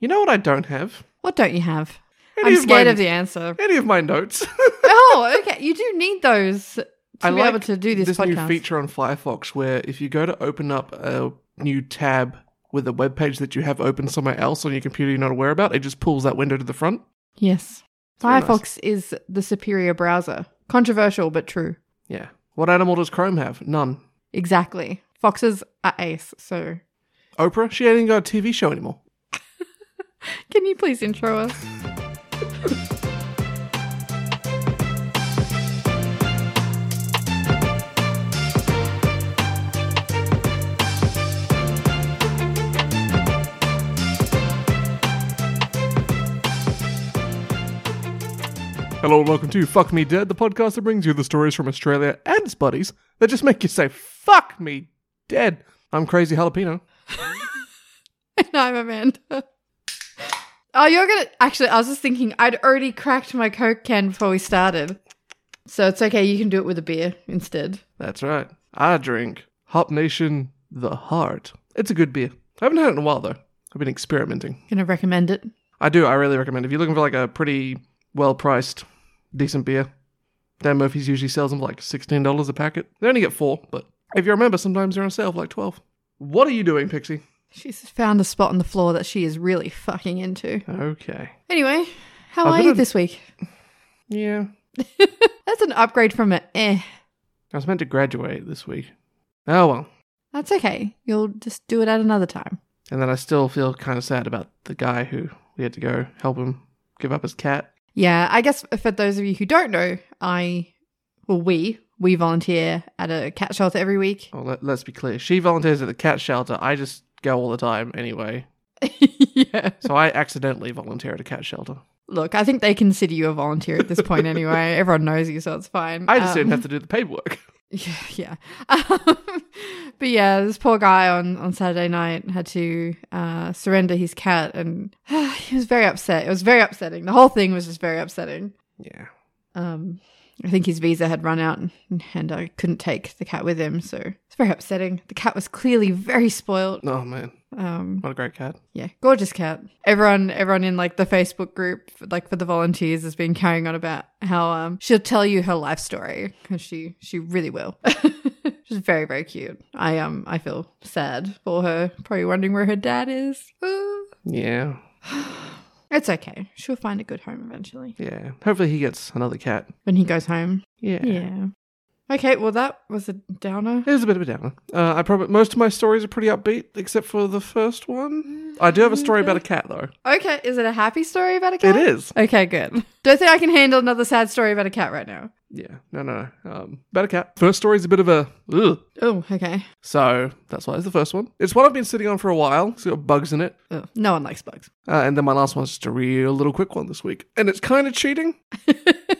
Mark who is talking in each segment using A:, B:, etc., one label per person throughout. A: You know what I don't have?
B: What don't you have?
A: Any
B: I'm
A: of
B: scared
A: mine-
B: of the answer.
A: Any of my notes.
B: oh, okay. You do need those to
A: I
B: be
A: like
B: able to do this,
A: this
B: podcast.
A: new feature on Firefox where if you go to open up a new tab with a web page that you have open somewhere else on your computer you're not aware about, it just pulls that window to the front.
B: Yes.
A: very nice.
B: Firefox is the superior browser. Controversial, but true.
A: Yeah. What animal does Chrome have? None.
B: Exactly. Foxes are ace, so
A: Oprah? She ain't even got a TV show anymore.
B: can you please intro us?
A: Hello and welcome to Fuck Me Dead, the podcast that brings you the stories from Australia and its buddies that just make you say, Fuck me dead. I'm crazy jalapeno.
B: And I'm Amanda. Oh, you're gonna actually I was just thinking I'd already cracked my Coke can before we started. So it's okay, you can do it with a beer instead.
A: That's right. I drink Hop Nation the Heart. It's a good beer. I haven't had it in a while though. I've been experimenting.
B: Gonna recommend it.
A: I do. I really recommend. It. If you're looking for like a pretty well-priced, decent beer, Dan Murphy's usually sells them for like sixteen dollars a packet. They only get four, but if you remember, sometimes they're on sale for like twelve. What are you doing, Pixie?
B: She's found a spot on the floor that she is really fucking into.
A: Okay.
B: Anyway, how
A: I've
B: are
A: been
B: you
A: on-
B: this week?
A: Yeah.
B: That's an upgrade from an eh.
A: I was meant to graduate this week. Oh well.
B: That's okay. You'll just do it at another time.
A: And then I still feel kind of sad about the guy who we had to go help him give up his cat.
B: Yeah, I guess for those of you who don't know, I, well, we, we volunteer at a cat shelter every week.
A: Oh, let, let's be clear. She volunteers at the cat shelter. I just go all the time anyway.
B: yeah.
A: So I accidentally volunteer at a cat shelter.
B: Look, I think they consider you a volunteer at this point anyway. Everyone knows you, so it's fine.
A: I just
B: Um,
A: didn't have to do the paperwork.
B: Yeah, yeah. Um, but yeah, this poor guy on on Saturday night had to uh, surrender his cat, and he was very upset. It was very upsetting. The whole thing was just very upsetting.
A: Yeah.
B: Um, I think his visa had run out, and, and I couldn't take the cat with him, so it's very upsetting. The cat was clearly very spoiled.
A: Oh man,
B: Um,
A: what a great cat.
B: yeah, gorgeous cat. Everyone, everyone in like the Facebook group, like for the volunteers, has been carrying on about how um she'll tell you her life story because she she really will. She's very very cute. I um I feel sad for her. Probably wondering where her dad is. Ooh.
A: Yeah.
B: It's okay. She'll find a good home eventually
A: Yeah. Hopefully he gets another cat.
B: when he goes home.
A: Yeah.
B: Yeah. Okay. Well, that was a downer.
A: It was a bit of a downer. Uh, I probably most of my stories are pretty upbeat, except for the first one. I do have a story about a cat though.
B: Okay. Is it a happy story about a
A: It
B: cat?
A: is.
B: Okay. Good. Don't think I can handle another sad story about a cat right now.
A: Yeah. No, no, no. Um, about a cat. First story is a bit of a. Ugh.
B: Oh. Okay.
A: So that's why it's the first one. It's one I've been sitting on for a while. It's got bugs in it.
B: Oh, no one likes bugs.
A: Uh, and then my last one's just a real little quick one this week. And it's kind of cheating.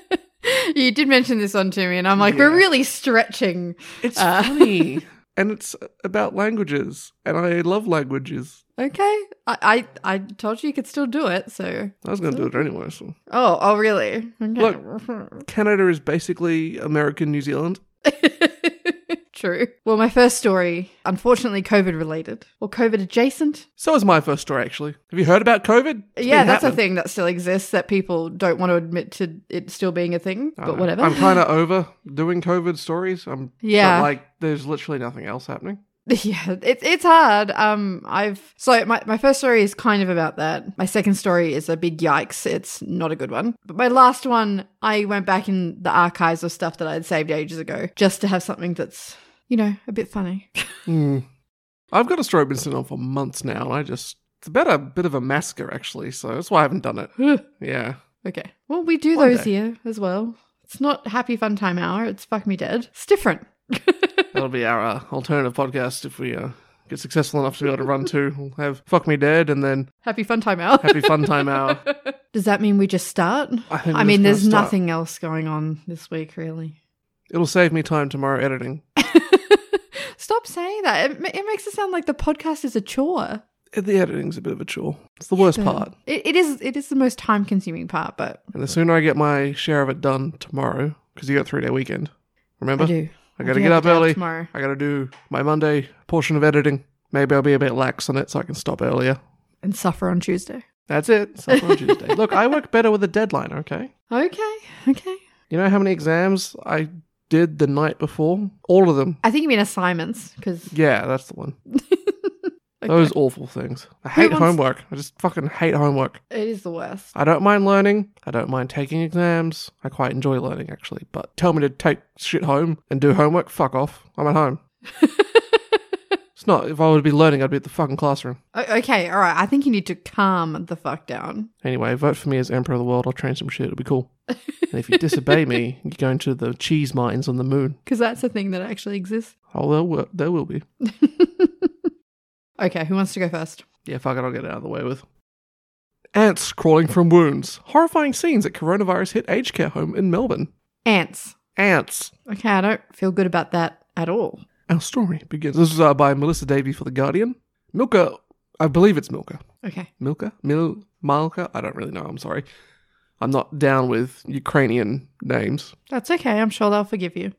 B: you did mention this one to me, and I'm like,
A: Yeah.
B: we're really stretching.
A: It's
B: Uh.
A: funny. and it's about languages. And I love languages.
B: Okay, I I, I told you you could still do it. So,
A: I was going to do it anyway. So.
B: oh, oh, really? Okay.
A: Canada is basically American New Zealand.
B: True. Well, my first story, unfortunately, COVID related or COVID adjacent.
A: So is my first story, actually. Have you heard about COVID? It's
B: yeah,
A: been
B: that's a
A: happening.
B: thing that still exists that people don't want to admit to it still being a thing,
A: I
B: but
A: know.
B: whatever.
A: Uh-huh. Uh, I'm kind of over doing COVID stories. I'm
B: Yeah.
A: but, like there's literally nothing else happening.
B: Yeah, it's it's hard. Um, I've so my, my first story is kind of about that. My second story is a big yikes. It's not a good one. But my last one, I went back in the archives of stuff that I had saved ages ago just to have something that's you know a bit funny.
A: Hmm. I've got a story I've been sitting on for months now, and I just it's about a bit of a massacre actually. So that's why I haven't done it. Yeah,
B: okay, well we do
A: One
B: those
A: day.
B: here as well. It's not happy fun time hour. It's fuck me dead. It's different.
A: that'll be our uh, alternative podcast if we uh, get successful enough to be able to run two. We'll have fuck me dead and then
B: happy fun time hour.
A: happy fun time hour.
B: Does that mean we just start?
A: I, think
B: I
A: we're
B: mean,
A: just gonna
B: there's
A: start.
B: nothing else going on this week really.
A: It'll save me time tomorrow editing.
B: Stop saying that. It, ma- it makes it sound like the podcast is a chore.
A: The editing's a bit of a chore. It's the worst
B: But
A: part.
B: It, it is. It is the most time consuming part, but
A: And the sooner I get my share of it done tomorrow, because you got three day weekend, remember?
B: I do.
A: I gotta
B: do
A: get
B: have
A: up
B: the day off
A: early.
B: tomorrow.
A: I gotta do my Monday portion of editing. Maybe I'll be a bit lax on it so I can stop earlier.
B: and suffer on Tuesday.
A: That's it. Suffer on Tuesday. Look, I work better with a deadline, okay?
B: Okay, okay.
A: You know how many exams I did the night before? All of them.
B: I think you mean assignments because
A: Yeah, that's the one. Those awful things. I hate
B: wants-
A: homework. I just fucking hate homework.
B: it is the worst.
A: I don't mind learning. I don't mind taking exams. I quite enjoy learning, actually. But tell me to take shit home and do homework? Fuck off. I'm at home. it's not. If I were to be learning, I'd be at the fucking classroom.
B: O- okay, all right. I think you need to calm the fuck down.
A: Anyway, vote for me as Emperor of the World. I'll train some shit. It'll be cool. and if you disobey me, you're going to the cheese mines on the moon.
B: Because that's a thing that actually exists.
A: Oh, there will, there will be.
B: Okay, who wants to go first?
A: Yeah, fuck it. I'll get it out of the way with. Ants crawling from wounds. Horrifying scenes at coronavirus hit aged care home in Melbourne.
B: Ants.
A: Ants.
B: Okay, I don't feel good about that at all.
A: Our story begins. This is uh, by Melissa Davey for The Guardian. Milka, I believe it's Milka.
B: Okay.
A: Milka? Mil, Malka? I don't really know. I'm sorry. I'm not down with Ukrainian names.
B: That's okay. I'm sure they'll forgive you.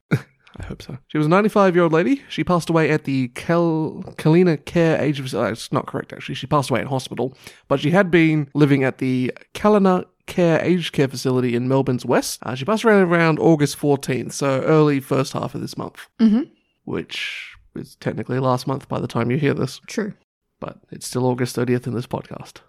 A: I hope so. She was a 95 year old lady. She passed away at the Kel- Kalina Care Age of. Uh, it's not correct, actually. She passed away in hospital, but she had been living at the Kalina Care Aged Care Facility in Melbourne's West. Uh, she passed away around August 14th, so early first half of this month,
B: Mhm.
A: which is technically last month by the time you hear this,
B: True.
A: but it's still August 30th in this podcast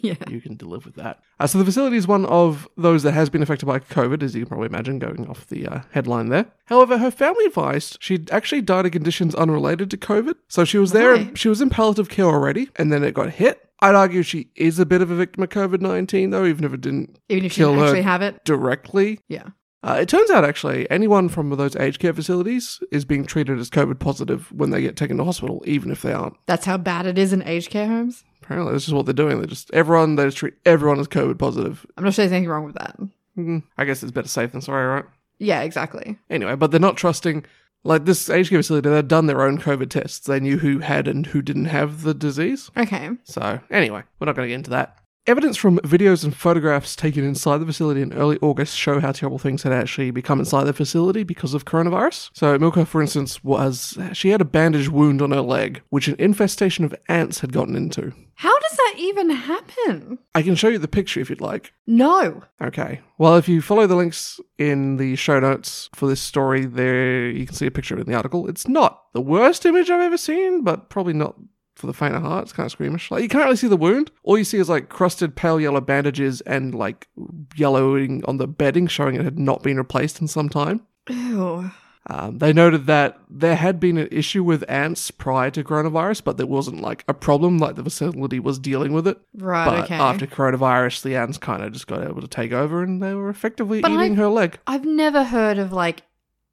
B: yeah.
A: you can live with that. Uh, so the facility is one of those that has been affected by COVID, as you can probably imagine, going off the uh, headline there. However, her family advised she actually died of conditions unrelated to COVID. So she was there,
B: Right.
A: she was in palliative care already, and then it got hit. I'd argue she is a bit of a victim of COVID 19, though, even if it didn't
B: Even if you
A: Kill
B: didn't
A: her.
B: actually have it.
A: directly.
B: Yeah.
A: Uh, it turns out, actually, anyone from those aged care facilities is being treated as COVID positive when they get taken to hospital, even if they aren't.
B: That's how bad it is in aged care homes.
A: Apparently, this is what they're doing. They just, everyone, they just treat everyone as COVID positive,
B: I'm not sure there's anything wrong with that.
A: Mm, I guess it's better safe than sorry, right?
B: Yeah, exactly.
A: Anyway, but they're not trusting. Like this aged care facility, they've done their own COVID tests. They knew who had and who didn't have the disease.
B: Okay.
A: So, anyway, we're not going to get into that. Evidence from videos and photographs taken inside the facility in early August show how terrible things had actually become inside the facility because of coronavirus. So, Milka, for instance, was she had a bandaged wound on her leg, which an infestation of ants had gotten into.
B: How does that even happen?
A: I can show you the picture if you'd like.
B: No.
A: Okay. Well, if you follow the links in the show notes for this story, there you can see a picture of it in the article. It's not the worst image I've ever seen, but probably not for the faint of heart. It's kind of squeamish. Like you can't really see the wound. All you see is like crusted pale yellow bandages and like yellowing on the bedding, showing it had not been replaced in some time.
B: Ew.
A: Um, they noted that there had been an issue with ants prior to coronavirus, but there wasn't like a problem. Like the facility was dealing with it.
B: Right,
A: But
B: okay.
A: after coronavirus, the ants kind of just got able to take over and they were effectively
B: But
A: eating
B: I-
A: her leg.
B: I've never heard of like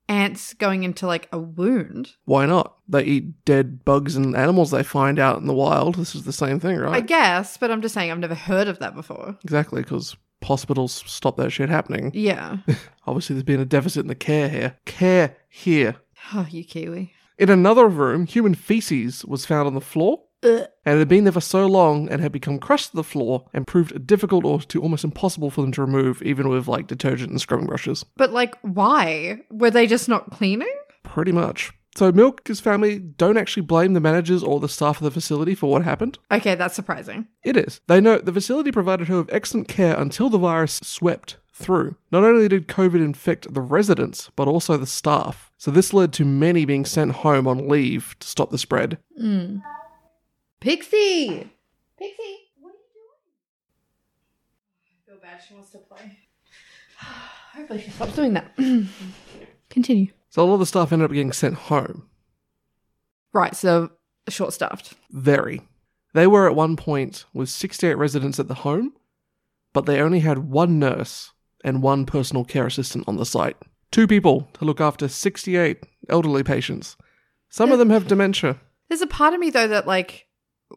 B: ants going into like a wound.
A: Why not? They eat dead bugs and animals they find out in the wild. This is the same thing,
B: I
A: right?
B: guess, but I'm just saying I've never heard of that before.
A: exactly, because hospitals stop that shit happening.
B: Yeah.
A: Obviously, there's been a deficit in the care here. Care here.
B: oh, you Kiwi.
A: In another room, human feces was found on the floor.
B: Ugh.
A: And it had been there for so long and had become crushed to the floor and proved difficult or to almost impossible for them to remove, even with like detergent and scrubbing brushes.
B: But like, why? Were they just not cleaning?
A: Pretty much. So Milk's family don't actually blame the managers or the staff of the facility for what happened.
B: Okay, that's surprising.
A: It is. They note the facility provided her with excellent care until the virus swept through. Not only did COVID infect the residents, but also the staff. So this led to many being sent home on leave to stop the spread.
B: Mm. Pixie! Pixie, what are you doing? I feel bad she wants to play. Hopefully she stops doing that. Continue.
A: So a lot of the staff ended up getting sent home.
B: Right, so short staffed.
A: Very. They were at one point with 68 residents at the home, but they only had one nurse and one personal care assistant on the site. Two people to look after 68 elderly patients. Some of them have dementia.
B: There's a part of me though that like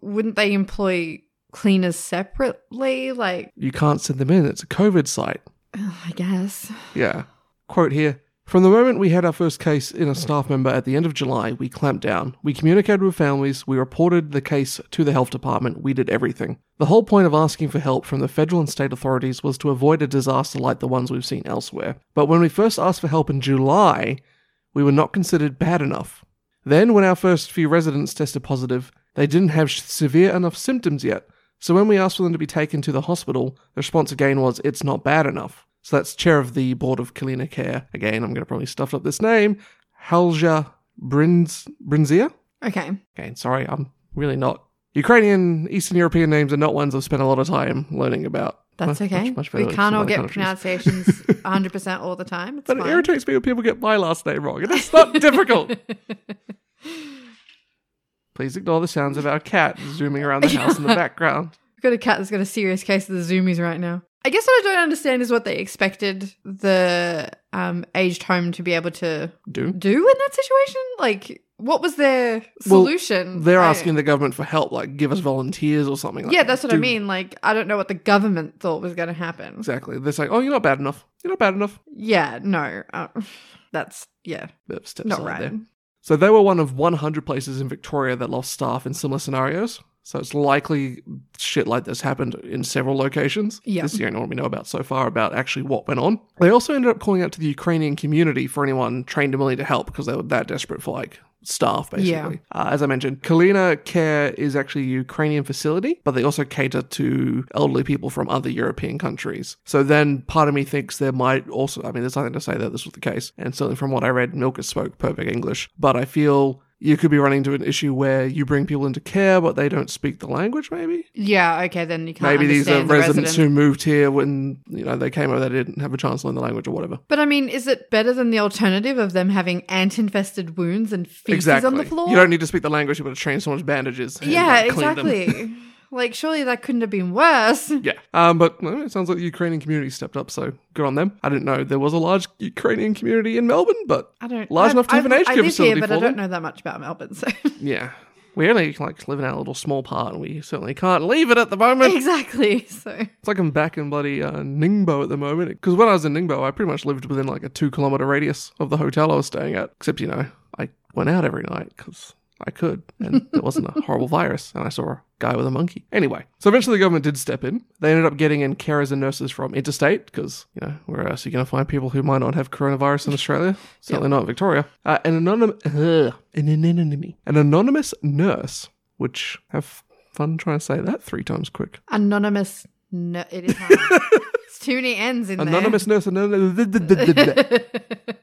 B: wouldn't they employ cleaners separately? Like
A: You can't send them in. It's a COVID site.
B: ugh, I guess.
A: Yeah. Quote here From the moment we had our first case in a staff member at the end of July, we clamped down. We communicated with families. We reported the case to the health department. We did everything. The whole point of asking for help from the federal and state authorities was to avoid a disaster like the ones we've seen elsewhere. But when we first asked for help in July, we were not considered bad enough. Then, when our first few residents tested positive, they didn't have severe enough symptoms yet, So when we asked for them to be taken to the hospital, the response again was, it's not bad enough. So that's chair of the board of Kalina Care. Again, I'm going to probably stuff up this name. Halja Brins, Brinzia?
B: Okay.
A: Okay, sorry, I'm really not. Ukrainian, Eastern European names are not ones I've spent a lot of time learning about.
B: That's
A: Much-
B: okay.
A: much- much better
B: we
A: than
B: can't
A: some
B: all
A: other
B: get
A: countries.
B: pronunciations 100% all the time. It's
A: But
B: fine.
A: it irritates me when people get my last name wrong, and it's not difficult.
B: We've
A: Please ignore the sounds of our cat zooming around the house in the background.
B: got a cat that's got a serious case of the zoomies right now. I guess what I don't understand is what they expected the um, aged home to be able to
A: Do.
B: do in that situation. Like, what was their
A: Well,
B: solution?
A: They're
B: I-
A: asking the government for help, like give us volunteers or something. Like
B: yeah,
A: that.
B: that's what I
A: Do-
B: mean. Like, I don't know what the government thought was going to happen.
A: Exactly. They're saying, oh, you're not bad enough. You're not bad enough.
B: Yeah, no. Uh, that's, yeah,
A: Bit of steps
B: not
A: out
B: right.
A: there. So they were one of 100 places in Victoria that lost staff in similar scenarios. So it's likely shit like this happened in several locations.
B: Yeah.
A: This is the only one we know about so far about actually what went on. They also ended up calling out to the Ukrainian community for anyone trained and willing to help because they were that desperate for like staff, basically. Uh, as I mentioned, Kalina Care is actually a Ukrainian facility, but they also cater to elderly people from other European countries. So then part of me thinks there might also, I mean, there's nothing to say that this was the case. And certainly from what I read, Milka spoke perfect English, but I feel you could be running into an issue where you bring people into care, but they don't speak the language, maybe?
B: Yeah, okay, then you can't
A: Maybe these are
B: understand the
A: residents
B: resident.
A: who moved here when, you know, they came over, they didn't have a chance to learn the language or whatever.
B: But I mean, is it better than the alternative of them having ant-infested wounds and feces
A: Exactly.
B: on the floor?
A: You don't need to speak the language, you would have trained someone's bandages. and,
B: yeah,
A: like, cleaned them.
B: exactly. like, surely that couldn't have been worse.
A: Yeah. Um, but well, it sounds like the Ukrainian community stepped up, so good on them. I didn't know there was a large Ukrainian community in Melbourne, but
B: I don't
A: Large
B: I-
A: enough to
B: I-
A: have an aged
B: I
A: care
B: live
A: facility
B: here, but
A: for
B: I don't
A: them.
B: know that much about Melbourne. So
A: yeah. We only like live in our little small part, and we certainly can't leave it at the moment.
B: exactly. So
A: It's like I'm back in bloody uh, Ningbo at the moment. Because when I was in Ningbo, I pretty much lived within like a two kilometer radius of the hotel I was staying at. Except, you know, I went out every night because I could. And it wasn't a horrible virus. And I saw a guy with a monkey. Anyway, so eventually the government did step in. They ended up getting in carers and nurses from interstate because, you know, where else are you going to find people who might not have coronavirus in Australia? Certainly not in Victoria. Uh, an, anonymous, ugh, an, anonymous, an anonymous nurse, which have fun trying to say that three times quick.
B: anonymous. No, it is. Hard. it's too many ends in
A: Anonymous nurse anonymous,
B: there.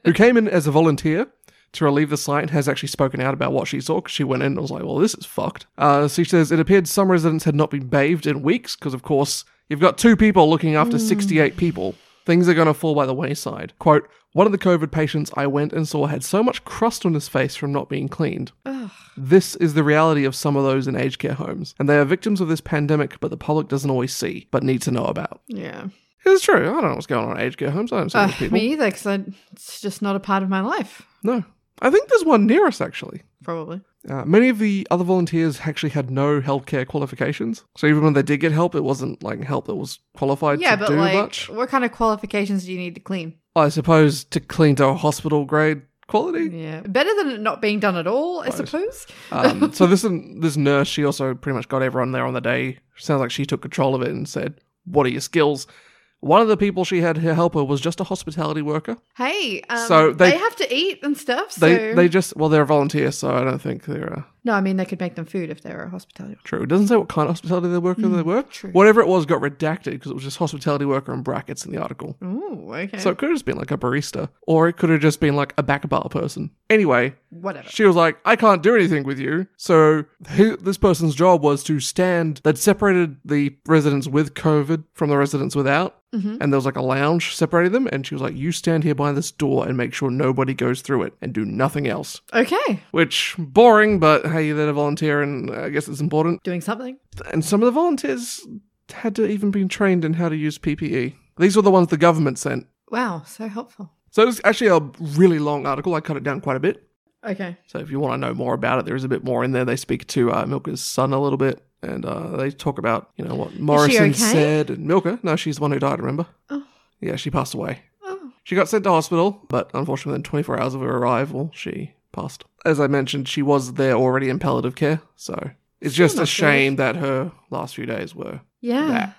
A: who came in as a volunteer to relieve the site has actually spoken out about what she saw 'cause she went in and was like, well, this is fucked. Uh, so she says, it appeared some residents had not been bathed in weeks because, of course, you've got two people looking after 68 people. Things are going to fall by the wayside. Quote, one of the COVID patients I went and saw had so much crust on his face from not being cleaned.
B: Ugh.
A: This is the reality of some of those in aged care homes, and they are victims of this pandemic, but the public doesn't always see, but need to know about.
B: yeah.
A: It's true. I don't know what's going on at aged care homes. I don't see
B: Uh,
A: these people.
B: me either, because it's just not a part of my life.
A: No. I think there's one near us, actually.
B: Probably.
A: Uh, many of the other volunteers actually had no healthcare qualifications. So even when they did get help, it wasn't like help that was qualified
B: yeah,
A: to
B: but
A: do
B: like,
A: much.
B: what kind of qualifications do you need to clean?
A: I suppose to clean to a hospital grade quality.
B: Yeah, better than it not being done at all, I
A: Right.
B: suppose. Mm-hmm.
A: Um, so this this nurse, she also pretty much got everyone there on the day. Sounds like she took control of it and said, "What are your skills?" One of the people she had to help her was just a hospitality worker.
B: Hey, um,
A: So
B: they,
A: they-
B: have to eat and stuff. So
A: They they just well they're a volunteer, so I don't think they're. Uh,
B: no, I mean they could make them food if they were a hospitality.
A: True. It doesn't say what kind of hospitality they worker they were.
B: true.
A: Whatever it was got redacted because it was just hospitality worker in brackets in the article.
B: Ooh, okay.
A: So it could have just been like a barista, or it could have just been like a back bar person. Anyway,
B: whatever.
A: she was like, "I can't do anything with you." So he, this person's job was to stand. They'd separated the residents with COVID from the residents without,
B: Mhm.
A: and there was like a lounge separating them. And she was like, "You stand here by this door and make sure nobody goes through it, and do nothing else."
B: Okay,
A: Which boring, but hey, they're a volunteer, and uh, I guess it's important
B: doing something.
A: and some of the volunteers had to even been trained in how to use PPE. These were the ones the government sent.
B: Wow, so helpful.
A: So it was actually a really long article. I cut it down quite a bit.
B: Okay,
A: So if you want to know more about it, there is a bit more in there. They speak to uh, Milka's son a little bit, and uh, they talk about you know what Morrison
B: okay?
A: said and Milka. No, she's the one who died. Remember?
B: Oh.
A: Yeah, she passed away.
B: oh,
A: She got sent to hospital, but unfortunately, within 24 hours of her arrival, she passed. As I mentioned, she was there already in palliative care, so it's
B: Still
A: just a
B: not
A: shame that her last few days were
B: yeah.
A: That.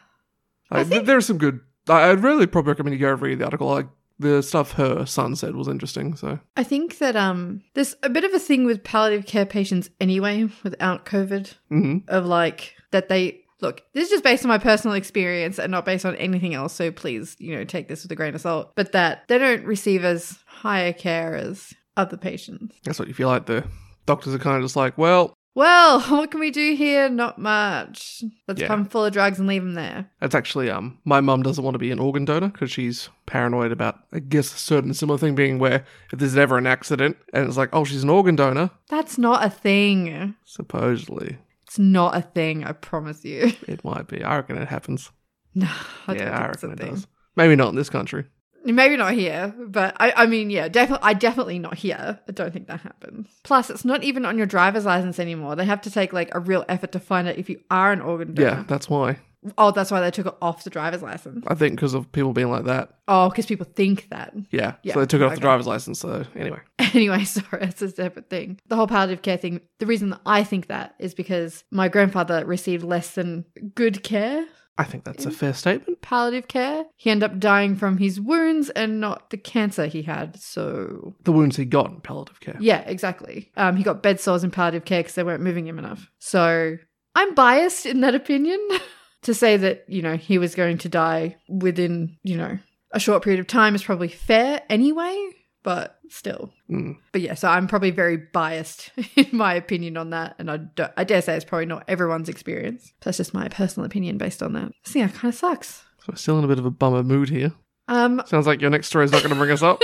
B: I
A: like, th-
B: think-
A: there are some good. I, I'd really probably recommend you go read the article. Like the stuff her son said was interesting. So
B: I think that um, there's a bit of a thing with palliative care patients anyway, without COVID,
A: Mhm.
B: of like that they Look, this is just based on my personal experience and not based on anything else. So please, you know, take this with a grain of salt. But that they don't receive as higher care as other patients.
A: That's what you feel like. The doctors are kind of just like, well,
B: Well, what can we do here? Not much. Let's
A: Yeah.
B: pump full of drugs and leave them there.
A: that's actually um, my mum doesn't want to be an organ donor because she's paranoid about, I guess, a certain similar thing being where if there's ever an accident and it's like, oh, she's an organ donor,
B: That's not a thing.
A: supposedly
B: It's not a thing, I promise you.
A: it might be. I reckon it happens.
B: no, I
A: yeah, I reckon
B: don't think
A: it
B: it's a thing.
A: does. Maybe not in this country.
B: Maybe not here, but I, I mean, yeah, definitely. I definitely not here. I don't think that happens. Plus, it's not even on your driver's license anymore. They have to take like a real effort to find out if you are an organ
A: Yeah,
B: donor.
A: that's why.
B: Oh, that's why they took it off the driver's license.
A: I think because of people being like that.
B: Oh, because people think that.
A: Yeah.
B: Yeah,
A: So they took it off
B: okay.
A: the driver's license. So anyway.
B: Anyway, sorry, it's a separate thing. The whole palliative care thing. The reason that I think that is because my grandfather received less than good care.
A: I think that's a fair statement.
B: Palliative care. He ended up dying from his wounds and not the cancer he had. So
A: The wounds he got in palliative care.
B: Yeah, exactly. Um, he got bed sores in palliative care because they weren't moving him enough. So I'm biased in that opinion to say that, you know, he was going to die within, you know, a short period of time is probably fair anyway, but still.
A: Mm.
B: But yeah, so I'm probably very biased in my opinion on that. And I, don't- I dare say it's probably not everyone's experience. That's just my personal opinion based on that. So yeah, kind of sucks.
A: So we're still in a bit of a bummer mood here.
B: Um,
A: Sounds like your next story is not going to bring us up.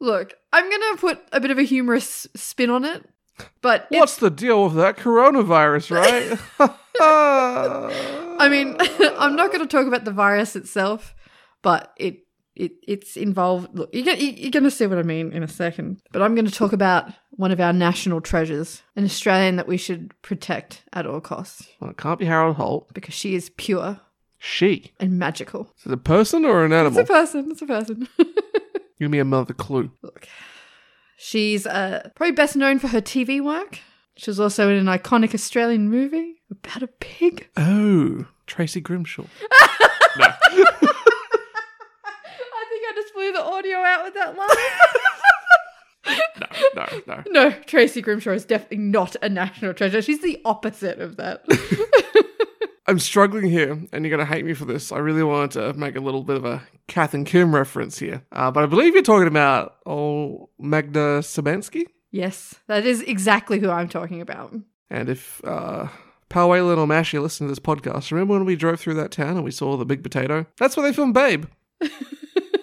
B: look, I'm going to put a bit of a humorous spin on it, but it's-
A: What's the deal with that coronavirus, right?
B: I
A: I
B: mean, I'm not going to talk about the virus itself, but it it it's involved. Look, you're gonna, you're going to see what I mean in a second. But I'm going to talk about one of our national treasures, an Australian that we should protect at all costs
A: Well, it can't be Harold Holt.
B: because she is pure
A: She.
B: and magical.
A: Is it a person or an
B: It's a
A: animal?
B: person. It's a person.
A: Give me another clue.
B: Look, she's uh, probably best known for her TV work. She was also in an iconic Australian movie about a pig.
A: Oh, Tracy Grimshaw.
B: I think I just blew the audio out with that laugh.
A: No, no, no.
B: No, Tracy Grimshaw is definitely not a national treasure. She's the opposite of that.
A: I'm struggling here, and you're going to hate me for this. I really wanted to make a little bit of a Kath and Kim reference here. Uh, but I believe you're talking about old Magda Sabansky.
B: yes, that is exactly who I'm talking about.
A: And if uh, Powhatan or Mash, you listen to this podcast, remember when we drove through that town and we saw the big potato? That's where they filmed Babe.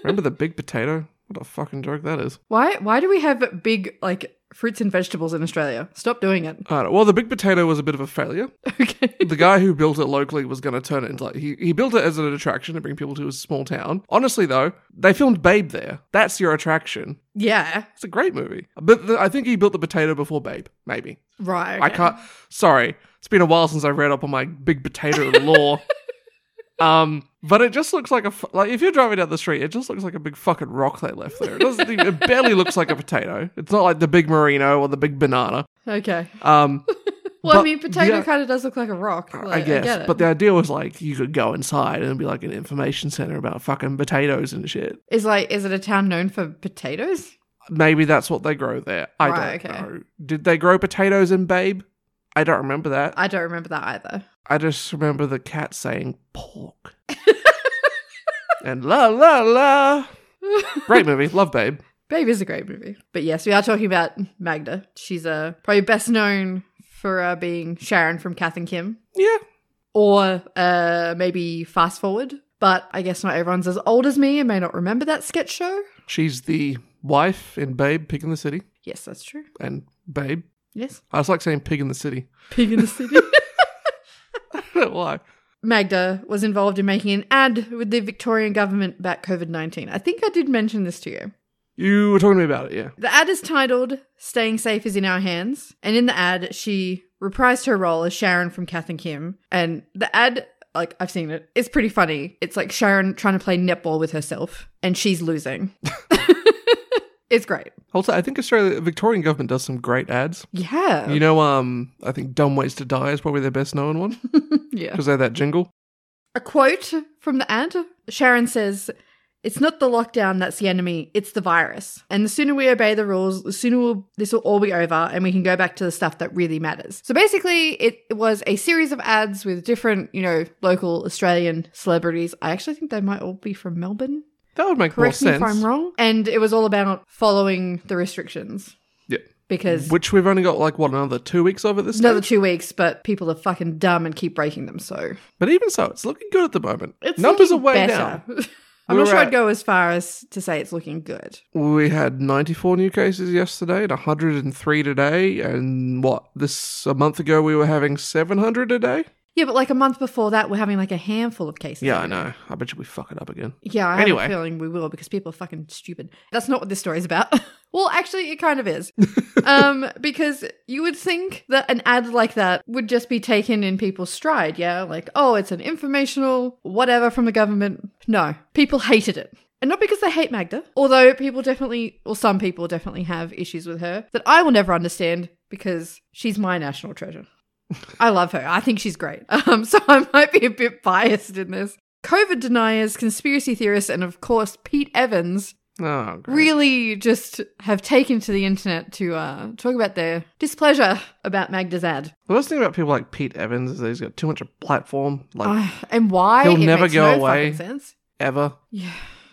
A: remember the big potato? What a fucking joke that is.
B: Why why do we have big like fruits and vegetables in Australia? Stop doing it.
A: All right, well, the big potato was a bit of a failure.
B: Okay.
A: the guy who built it locally was going to turn it into like he, he built it as an attraction to bring people to his small town. Honestly, though, they filmed Babe there. That's your attraction.
B: Yeah.
A: It's a great movie. But the, I think he built the potato before Babe, maybe.
B: Right.
A: I can't. Sorry, it's been a while since I read up on my big potato lore. Um, but it just looks like a f- like if you're driving down the street, it just looks like a big fucking rock they left there. It doesn't. even- it barely looks like a potato. It's not like the big merino or the big banana.
B: Okay.
A: Um,
B: Well, I
A: But
B: mean potato
A: the-
B: kind of does look like a rock.
A: I
B: Like,
A: guess.
B: get it.
A: But the idea was like you could go inside and it'd be like an information center about fucking potatoes and shit.
B: is like is it a town known for potatoes?
A: Maybe that's what they grow there. I
B: Right,
A: don't
B: okay.
A: know. Did they grow potatoes in Babe? I don't remember that.
B: I don't remember that either.
A: I just remember the cat saying pork. and la la la. Great movie. Love Babe.
B: Babe is a great movie. But yes, we are talking about Magda. She's uh, probably best known for uh, being Sharon from Kath and Kim,
A: Yeah.
B: or uh, maybe Fast Forward. But I guess not everyone's as old as me and may not remember that sketch show.
A: She's the wife in Babe, Pig in the City.
B: Yes, that's true.
A: And Babe.
B: Yes.
A: I just like saying Pig in the City.
B: Pig in the City.
A: I don't know why.
B: Magda was involved in making an ad with the Victorian government about COVID 19. I think I did mention this to you.
A: You were talking to me about it, yeah.
B: The ad is titled Staying Safe is in Our Hands. And in the ad, she reprised her role as Sharon from Kath and Kim. And the ad, like, I've seen it, it's pretty funny. It's like Sharon trying to play netball with herself, and she's losing. it's great.
A: Also, I think Australia, the Victorian government does some great ads.
B: Yeah.
A: You know, um, I think Dumb Ways to Die is probably their best known one
B: yeah.
A: because they had that jingle.
B: A quote from the ad Sharon says, It's not the lockdown that's the enemy, it's the virus. And the sooner we obey the rules, the sooner we'll, this will all be over and we can go back to the stuff that really matters. So basically, it was a series of ads with different, you know, local Australian celebrities. I actually think they might all be from Melbourne.
A: That would make
B: Correct me
A: more sense.
B: if I'm wrong. And it was all about following the restrictions.
A: Yeah.
B: Because
A: Which we've only got like what another two weeks of at this
B: another
A: stage.
B: two weeks, but people are fucking dumb and keep breaking them. So
A: but even so, it's looking good at the moment.
B: it's
A: Numbers are
B: looking
A: way
B: better.
A: down.
B: I'm
A: We're
B: not sure
A: at-
B: I'd go as far as to say it's looking good.
A: We had 94 new cases yesterday and 103 today, and what this a month ago we were having 700 a day.
B: Yeah, but like a month before that, we're having like a handful of cases.
A: Yeah, I know. I bet you we fuck it up again.
B: Yeah, I
A: Anyway.
B: have a feeling we will because people are fucking stupid. That's not what this story's about. well, actually, it kind of is. um, because you would think that an ad like that would just be taken in people's stride, yeah? Like, oh, it's an informational whatever from the government. No, people hated it. And not because they hate Magda, although people definitely, or some people definitely have issues with her that I will never understand because she's my national treasure. I love her. I think she's great. Um, so I might be a bit biased in this. COVID deniers, conspiracy theorists, and of course Pete Evans
A: Oh, great.
B: really just have taken to the internet to uh, talk about their displeasure about Magda's ad
A: The worst thing about people like Pete Evans is that he's got too much of a platform, like
B: Ah, and why
A: He'll
B: it
A: never
B: makes
A: go
B: no
A: away.
B: Fucking sense.
A: ever.
B: Yeah,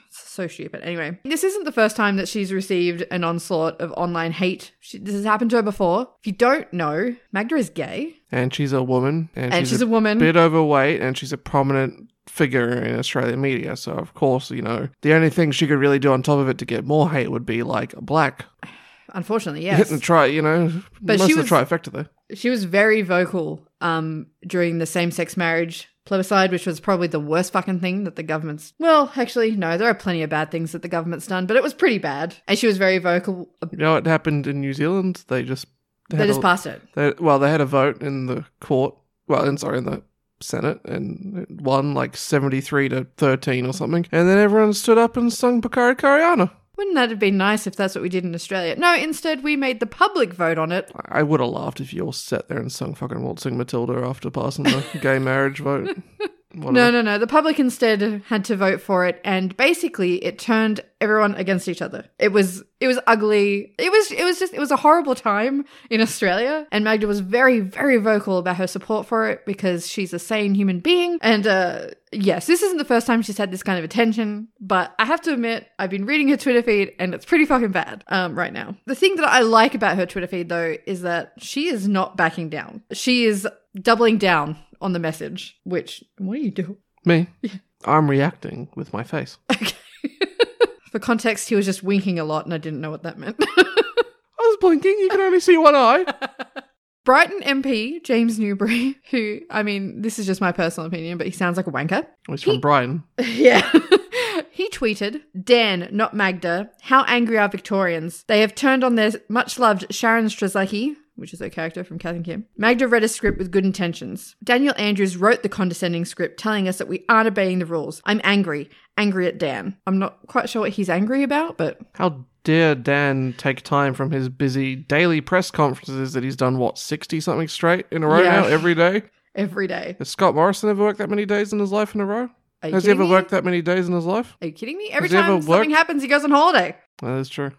B: it's so stupid. Anyway, this isn't the first time that she's received an onslaught of online hate. She, this has happened to her before. If you don't know, Magda is gay
A: And she's a woman, and,
B: and she's, a, woman.
A: bit overweight, and she's a prominent figure in Australian media. So of course, you know, the only thing she could really do on top of it to get more hate would be like black.
B: Unfortunately,
A: Yes.
B: yes.
A: Hitting the try, you know,
B: But
A: most
B: she
A: of the
B: was-
A: trifecta though.
B: she was very vocal um, during the same-sex marriage plebiscite, which was probably the worst fucking thing that the government's. Well, actually, no, there are plenty of bad things that the government's done, but it was pretty bad, and she was very vocal. ab-
A: You know, it happened in New Zealand. They just they
B: They
A: had
B: just
A: a-
B: passed it.
A: They, well, they had a vote in the court. Well, in, sorry, in the Senate, and it won like seventy-three to thirteen or something. And then everyone stood up and sung Picari Cariana.
B: Wouldn't that have been nice if that's what we did in Australia? No, instead we made the public vote on it.
A: I- I would have laughed if you all sat there and sung fucking Waltzing Matilda after passing the gay marriage vote. Whatever.
B: No, no, no. The public instead had to vote for it, and basically it turned everyone against each other. It was it was ugly. It was it was just it was a horrible time in Australia, and Magda was very very vocal about her support for it because she's a sane human being. And uh, yes, this isn't the first time she's had this kind of attention, but I have to admit I've been reading her Twitter feed, and it's pretty fucking bad um, right now. The thing that I like about her Twitter feed though is that she is not backing down. She is doubling down on the message, which what do you do?
A: Me. I'm reacting with my face. I
B: For context, he was just winking a lot and I didn't know what that meant.
A: was blinking. You can only see one eye.
B: Brighton MP James Newbury, who I mean, this is just my personal opinion, but he sounds like a wanker.
A: He's from Brighton.
B: yeah. he tweeted, Dan, not Magda, how angry are Victorians? They have turned on their much loved Sharon Strzelecki, which is her character from Kath and Kim. Magda read a script with good intentions. Daniel Andrews wrote the condescending script telling us that we aren't obeying the rules. I'm angry. Angry at Dan. I'm not quite sure what he's angry about, but
A: How dare Dan take time from his busy daily press conferences that he's done, what, 60 something straight in a row
B: Yeah.
A: now, every day?
B: every day.
A: Has Scott Morrison ever worked that many days in his life in a row?
B: Are you
A: Has he
B: kidding
A: ever
B: me?
A: worked that many days in his life?
B: Are you kidding me? Every
A: Has he ever
B: time something
A: worked-
B: happens, he goes on holiday.
A: That is true.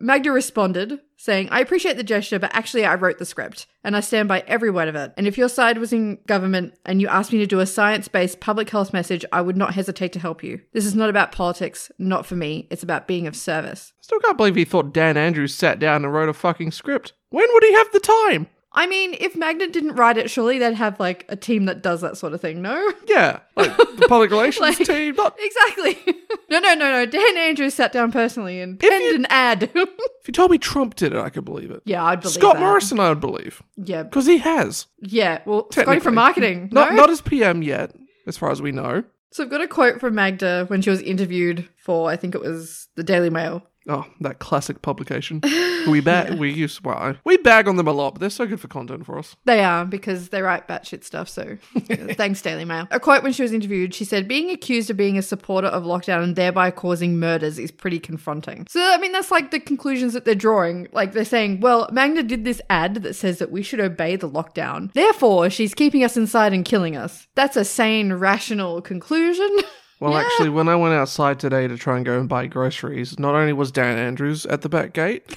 B: Magda responded, saying, I appreciate the gesture, but actually, I wrote the script and I stand by every word of it. And if your side was in government and you asked me to do a science based public health message, I would not hesitate to help you. This is not about politics, not for me. It's about being of service.
A: Still can't believe he thought Dan Andrews sat down and wrote a fucking script. When would he have the time?
B: I mean, if Magda didn't write it, surely they'd have like a team that does that sort of thing, no?
A: Yeah, like the public relations
B: Like-
A: team. Not,
B: Exactly. no, no, no, no. Dan Andrews sat down personally and penned an ad.
A: if you told me Trump did it, I could believe it.
B: yeah, I'd believe
A: Scott
B: that.
A: Morrison, I would believe
B: Yeah,
A: because he has
B: Yeah, well, Scotty
A: Technically.
B: from marketing.
A: not
B: no?
A: not as PM yet, as far as we know.
B: so I've got a quote from Magda when she was interviewed for, I think it was the Daily Mail.
A: Oh, that classic publication. We bag we use why we bag on them a lot, but they're so good for content for us.
B: They are because they write batshit stuff. So thanks, Daily Mail. A quote when she was interviewed, she said, "Being accused of being a supporter of lockdown and thereby causing murders is pretty confronting." So I mean, that's like the conclusions that they're drawing. Like they're saying, "Well, Magna did this ad that says that we should obey the lockdown. Therefore, she's keeping us inside and killing us." That's a sane, rational conclusion.
A: Well,
B: Yeah.
A: actually, when I went outside today to try and go and buy groceries, not only was Dan Andrews at the back gate,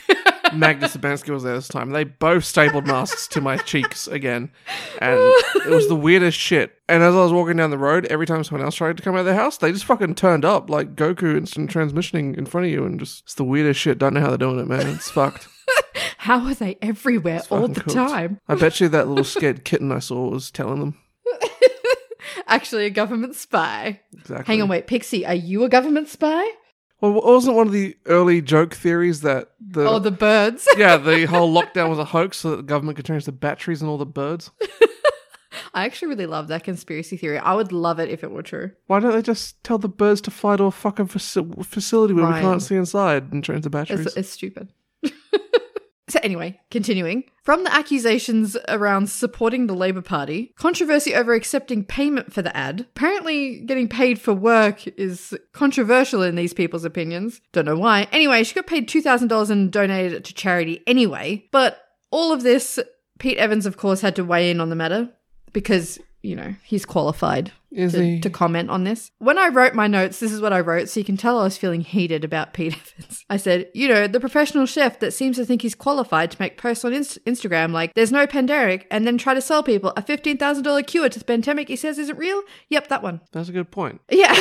A: Magnus Sabansky was there this time. They both stapled masks to my cheeks again. And it was the weirdest shit. And as I was walking down the road, every time someone else tried to come out of their house, they just fucking turned up like Goku instant transmissioning in front of you. And just, it's the weirdest shit. Don't know how they're doing it, man. It's fucked.
B: How are they everywhere all
A: fucking
B: the
A: cooked.
B: time?
A: I bet you that little scared kitten I saw was telling them.
B: Actually, a government spy.
A: Exactly.
B: Hang on, wait, Pixie, are you a government spy?
A: Well, wasn't one of the early joke theories that the
B: Oh, the birds.
A: yeah the whole lockdown was a hoax so that the government could change the batteries and all the birds?
B: I actually really love that conspiracy theory. I would love it if it were true.
A: Why don't they just tell the birds to fly to a fucking faci- facility where we
B: Right.
A: can't see inside and change the batteries?
B: It's, it's stupid. so, anyway, continuing. From the accusations around supporting the Labour Party, controversy over accepting payment for the ad, apparently getting paid for work is controversial in these people's opinions. Don't know why. Anyway, she got paid $2,000 and donated it to charity anyway. But all of this, Pete Evans, of course, had to weigh in on the matter because, you know, he's qualified
A: Is
B: to,
A: he?
B: to comment on this. When I wrote my notes, this is what I wrote, so you can tell I was feeling heated about Pete Evans. I said, you know, the professional chef that seems to think he's qualified to make posts on Inst- Instagram like, there's no pandemic, and then try to sell people a $15,000 cure to the pandemic he says isn't real? Yep, that one.
A: That's a good point.
B: Yeah.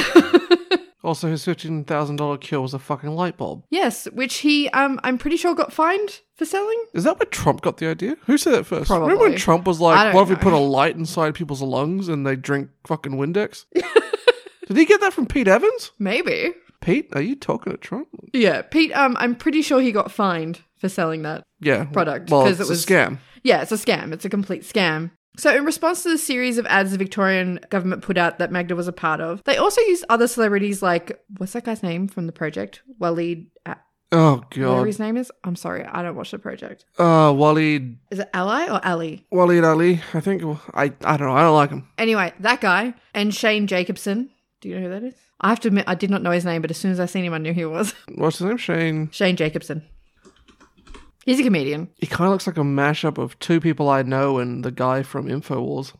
A: Also, his fifteen thousand dollar cure was a fucking light bulb.
B: yes, which he, um, I'm pretty sure got fined for selling.
A: Is that where Trump got the idea? Who said that first? Remember when
B: Probably.
A: Trump was
B: I
A: like,
B: don't
A: "What if we
B: know.
A: put a light inside people's lungs and they drink fucking Windex?" Did he get that from Pete Evans?
B: Maybe.
A: Pete, are you talking to Trump?
B: Yeah, Pete, um, I'm pretty sure he got fined for selling that.
A: Yeah,
B: product,
A: Well,
B: 'cause
A: it's
B: it was-
A: a scam.
B: Yeah, it's a scam. It's a complete scam. So, in response to the series of ads the Victorian government put out that Magda was a part of, they also used other celebrities like, what's that guy's name from the project? Waleed, A-
A: Oh
B: whatever
A: god.
B: his name is. I'm sorry, I don't watch the project.
A: Uh Waleed
B: Is it Ally or Ali?
A: Waleed Ali, I think I I don't know, I don't like him.
B: Anyway, that guy and Shane Jacobson. Do you know who that is? I have to admit, I did not know his name, but as soon as I seen him, I knew who he was.
A: What's his name? Shane.
B: Shane Jacobson. He's a comedian.
A: He kinda looks like a mashup of two people I know and the guy from InfoWars.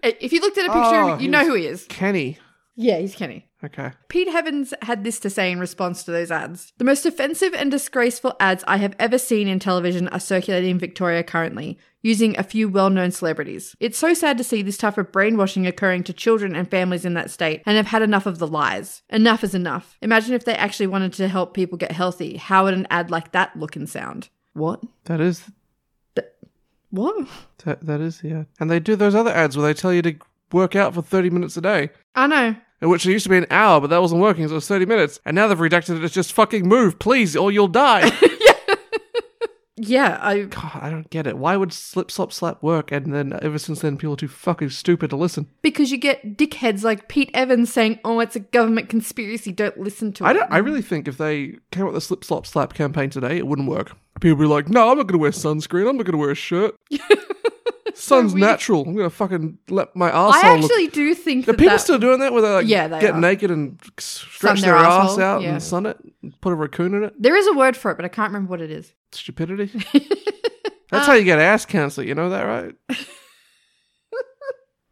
B: If you looked at a picture,
A: Oh,
B: you
A: he
B: know
A: was-
B: who he is.
A: Kenny.
B: Yeah, he's Kenny.
A: Okay.
B: Pete Evans had this to say in response to those ads. The most offensive and disgraceful ads I have ever seen in television are circulating in Victoria currently, using a few well known celebrities. It's so sad to see this type of brainwashing occurring to children and families in that state, and I've had enough of the lies. Enough is enough. Imagine if they actually wanted to help people get healthy. How would an ad like that look and sound? What?
A: That is
B: What?
A: that that is the ad. And they do those other ads where they tell you to work out for thirty minutes a day.
B: I know.
A: in Which it used to be an hour, but that wasn't working, so it was 30 minutes. And now they've redacted it. It's just fucking move, please, or you'll die.
B: Yeah, I.
A: God, I don't get it. Why would slip, slop, slap work? And then ever since then, people are too fucking stupid to listen.
B: Because you get dickheads like Pete Evans saying, oh, it's a government conspiracy, don't listen to it.
A: I don't. I really think if they came up with a slip, slop, slap campaign today, it wouldn't work. People would be like, "No, I'm not going to wear sunscreen. I'm not going to wear a shirt. Sun's
B: weird.
A: natural. I'm going to fucking let my
B: I
A: asshole look."
B: actually do think
A: Are
B: that
A: people
B: that-
A: still doing that? Where they like
B: Yeah, they
A: get
B: are.
A: naked and stretch
B: their
A: their, ass
B: asshole,
A: out
B: yeah.
A: and sun it, and put a raccoon in it.
B: there is a word for it, but I can't remember what it is.
A: Stupidity. That's how you get ass cancer. You know that, right?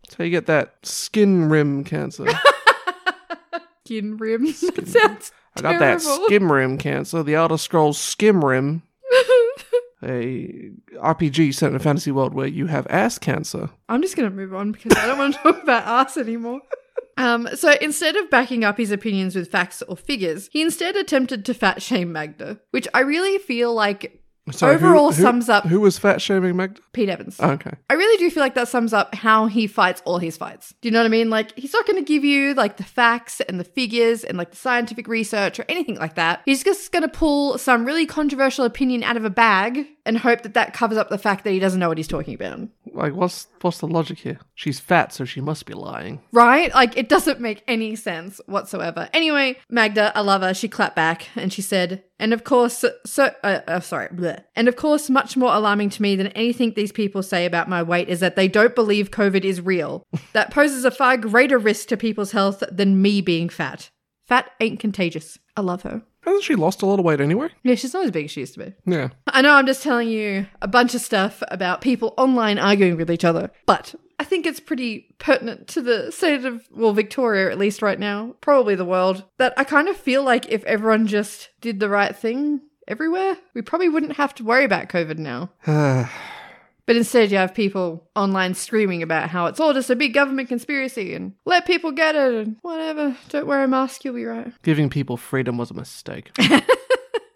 A: That's how you get that skin rim cancer.
B: Skin rim. That sounds
A: I got
B: terrible.
A: that skim rim cancer. The Elder Scrolls skim rim. a RPG set in a fantasy world where you have ass cancer.
B: I'm just going to move on because I don't want to talk about ass anymore. Um, so instead of backing up his opinions with facts or figures, he instead attempted to fat shame Magda, which I really feel like
A: Sorry, who-
B: overall
A: who-
B: sums up
A: Who was fat shaming Magda?
B: Pete Evans.
A: Oh, okay.
B: I really do feel like that sums up how he fights all his fights. Do you know what I mean? Like, he's not going to give you like the facts and the figures and like the scientific research or anything like that. He's just going to pull some really controversial opinion out of a bag and hope that that covers up the fact that he doesn't know what he's talking about.
A: Like, what's what's the logic here? She's fat, so she must be lying.
B: Right? Like, it doesn't make any sense whatsoever. Anyway, Magda, I love her. She clapped back and she said, and of course, so, uh, uh, sorry, bleh. and of course, much more alarming to me than anything these people say about my weight is that they don't believe COVID is real. that poses a far greater risk to people's health than me being fat. Fat ain't contagious. I love her.
A: Hasn't she lost a lot of weight anyway?
B: Yeah, she's not as big as she used to be.
A: Yeah.
B: I know I'm just telling you a bunch of stuff about people online arguing with each other, but I think it's pretty pertinent to the state of, well, Victoria at least right now, probably the world, that I kind of feel like if everyone just did the right thing everywhere, we probably wouldn't have to worry about COVID now. But instead, you have people online screaming about how it's all just a big government conspiracy and let people get it and whatever. Don't wear a mask, you'll be right.
A: Giving people freedom was a mistake.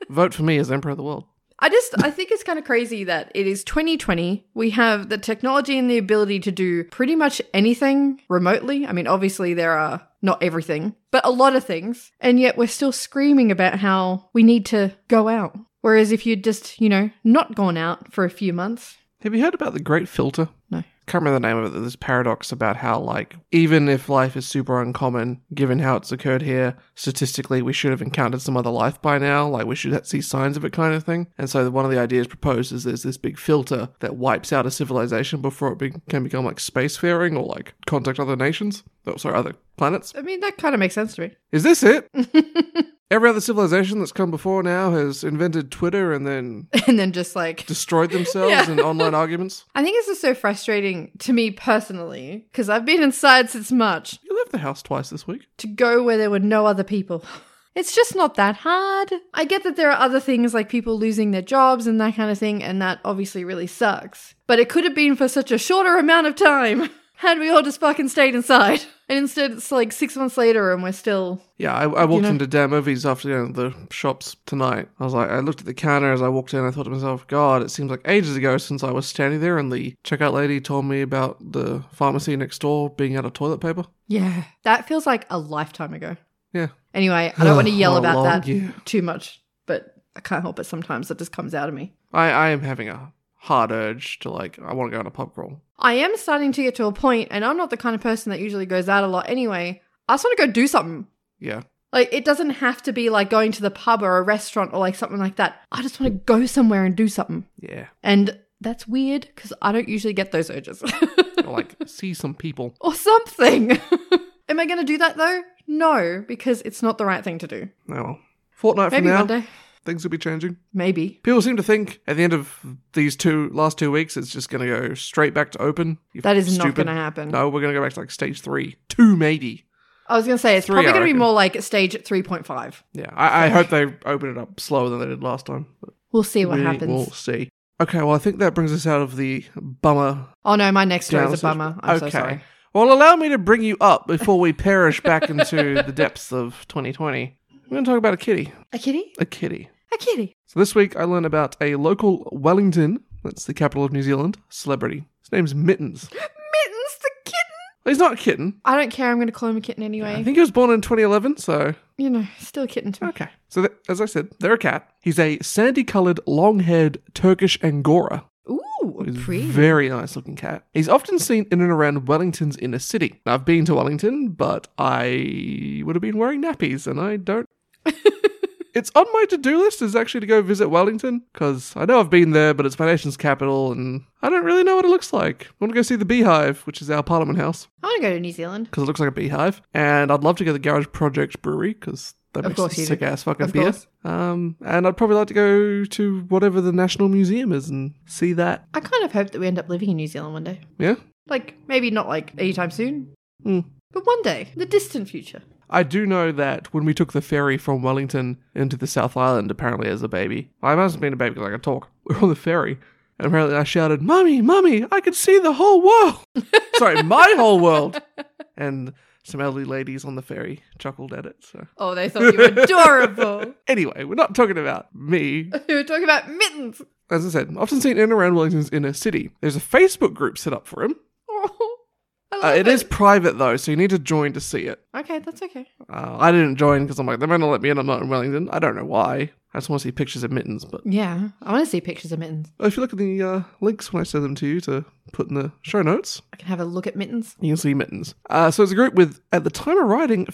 A: Vote for me as emperor of the world.
B: I just I think it's kind of crazy that it is 2020. We have the technology and the ability to do pretty much anything remotely. I mean, obviously there are not everything, but a lot of things. And yet we're still screaming about how we need to go out. Whereas if you'd just, you know, not gone out for a few months,
A: Have you heard about the Great Filter?
B: No.
A: Can't remember the name of it. This paradox about how, like, even if life is super uncommon, given how it's occurred here, statistically, we should have encountered some other life by now. Like, we should see signs of it, kind of thing. And so, one of the ideas proposed is there's this big filter that wipes out a civilization before it be- can become like spacefaring or like contact other nations. Oh, sorry, other planets.
B: I mean that kind of makes sense to me.
A: Is this it? Every other civilization that's come before now has invented Twitter and then
B: and then just like
A: destroyed themselves
B: Yeah.
A: in online arguments.
B: I think this is so frustrating to me personally because I've been inside since March
A: You left the house twice this week.
B: to go where there were no other people. It's just not that hard. I get that there are other things like people losing their jobs and that kind of thing, and that obviously really sucks. But it could have been for such a shorter amount of time had we all just fucking stayed inside. And instead, it's like six months later and we're still.
A: Yeah, I, I walked
B: know-
A: into Dan Murphy's after you know, the shops tonight. I was like, I looked at the counter as I walked in. I thought to myself, God, it seems like ages ago since I was standing there, and the checkout lady told me about the pharmacy next door being out of toilet paper.
B: Yeah. That feels like a lifetime ago.
A: Yeah.
B: Anyway, I don't want to yell
A: What a
B: about
A: long
B: that
A: year.
B: too much, but I can't help it sometimes. It just comes out of me.
A: I, I am having a hard urge to like, I want to go on a pub crawl.
B: I am starting to get to a point, and I'm not the kind of person that usually goes out a lot anyway. I just want to go do something.
A: Yeah,
B: Like, it doesn't have to be like going to the pub or a restaurant or like something like that. I just want to go somewhere and do something.
A: yeah.
B: And that's weird because I don't usually get those urges.
A: Or like, see some people.
B: or something. Am I going to do that though? No, because it's not the right thing to do.
A: Oh, well. Fortnight from
B: Maybe
A: now,
B: one day.
A: things will be changing.
B: Maybe.
A: People seem to think at the end of these two last two weeks, it's just going to go straight back to open. You
B: That is not
A: stupid.
B: going to happen.
A: No, we're going to go back to like stage three, two maybe.
B: I was going to say it's
A: Three,
B: probably
A: I
B: going to be
A: reckon.
B: more like stage 3.5.
A: Yeah, I, I hope they open it up slower than they did last time. But
B: We'll see what
A: we
B: happens.
A: will see. Okay, well, I think that brings us out of the bummer.
B: Oh no, my next story
A: Yeah,
B: is
A: that's
B: a
A: what-
B: bummer. I'm so
A: okay.
B: sorry.
A: Well, allow me to bring you up before we perish back into the depths of 2020. We're going to talk about a kitty.
B: A kitty?
A: A kitty.
B: A kitty.
A: So this week I learned about a local Wellington, that's the capital of New Zealand, celebrity. His name's Mittens.
B: Mittens the kitten.
A: He's not a kitten.
B: I don't care. I'm going to call him a kitten anyway.
A: I think he was born in 2011, so
B: you know, still a kitten to me.
A: Okay. So, th- as I said, they're a cat. He's a sandy colored, long haired Turkish Angora.
B: Ooh,
A: He's a
B: pretty.
A: very nice looking cat. He's often seen in and around Wellington's inner city. Now, I've been to Wellington, but I would have been wearing nappies, and I don't. it's on my to do list is actually to go visit Wellington, because I know I've been there, but it's my nation's capital, and I don't really know what it looks like. I want to go see the Beehive, which is our parliament house,
B: I want to go to New Zealand.
A: because it looks like a beehive, and I'd love to go to the Garage Project Brewery, because that
B: Of course
A: makes
B: you do.
A: sick ass fucking
B: Of
A: beer.
B: course.
A: Um, and I'd probably like to go to whatever the National Museum is and see that.
B: I kind of hope that we end up living in New Zealand one day.
A: Yeah.
B: Like, maybe not like anytime soon,
A: Hmm.
B: but one day, the distant future.
A: I do know that when we took the ferry from Wellington into the South Island, apparently as a baby, I must have been a baby because I could talk. We were on the ferry, and apparently I shouted, "Mummy, mummy! I could see the whole world." Sorry, my whole world. And some elderly ladies on the ferry chuckled at it. So
B: Oh, they thought you were adorable.
A: anyway, we're not talking about me
B: we were talking about mittens.
A: as I said, often seen in and around Wellington's inner city. There's a Facebook group set up for him.
B: Oh, I love
A: Uh,
B: it.
A: it is private though, so you need to join to see it.
B: Okay, that's okay.
A: Uh, I didn't join because I'm like, they're going to let me in. I'm not in Wellington. I don't know why. I just want to see pictures of mittens. But
B: Yeah, I want to see pictures of mittens.
A: if you look at the uh, links when I send them to you to put in the show notes,
B: I can have a look at mittens.
A: you can see mittens. Uh, so it's a group with, at the time of writing,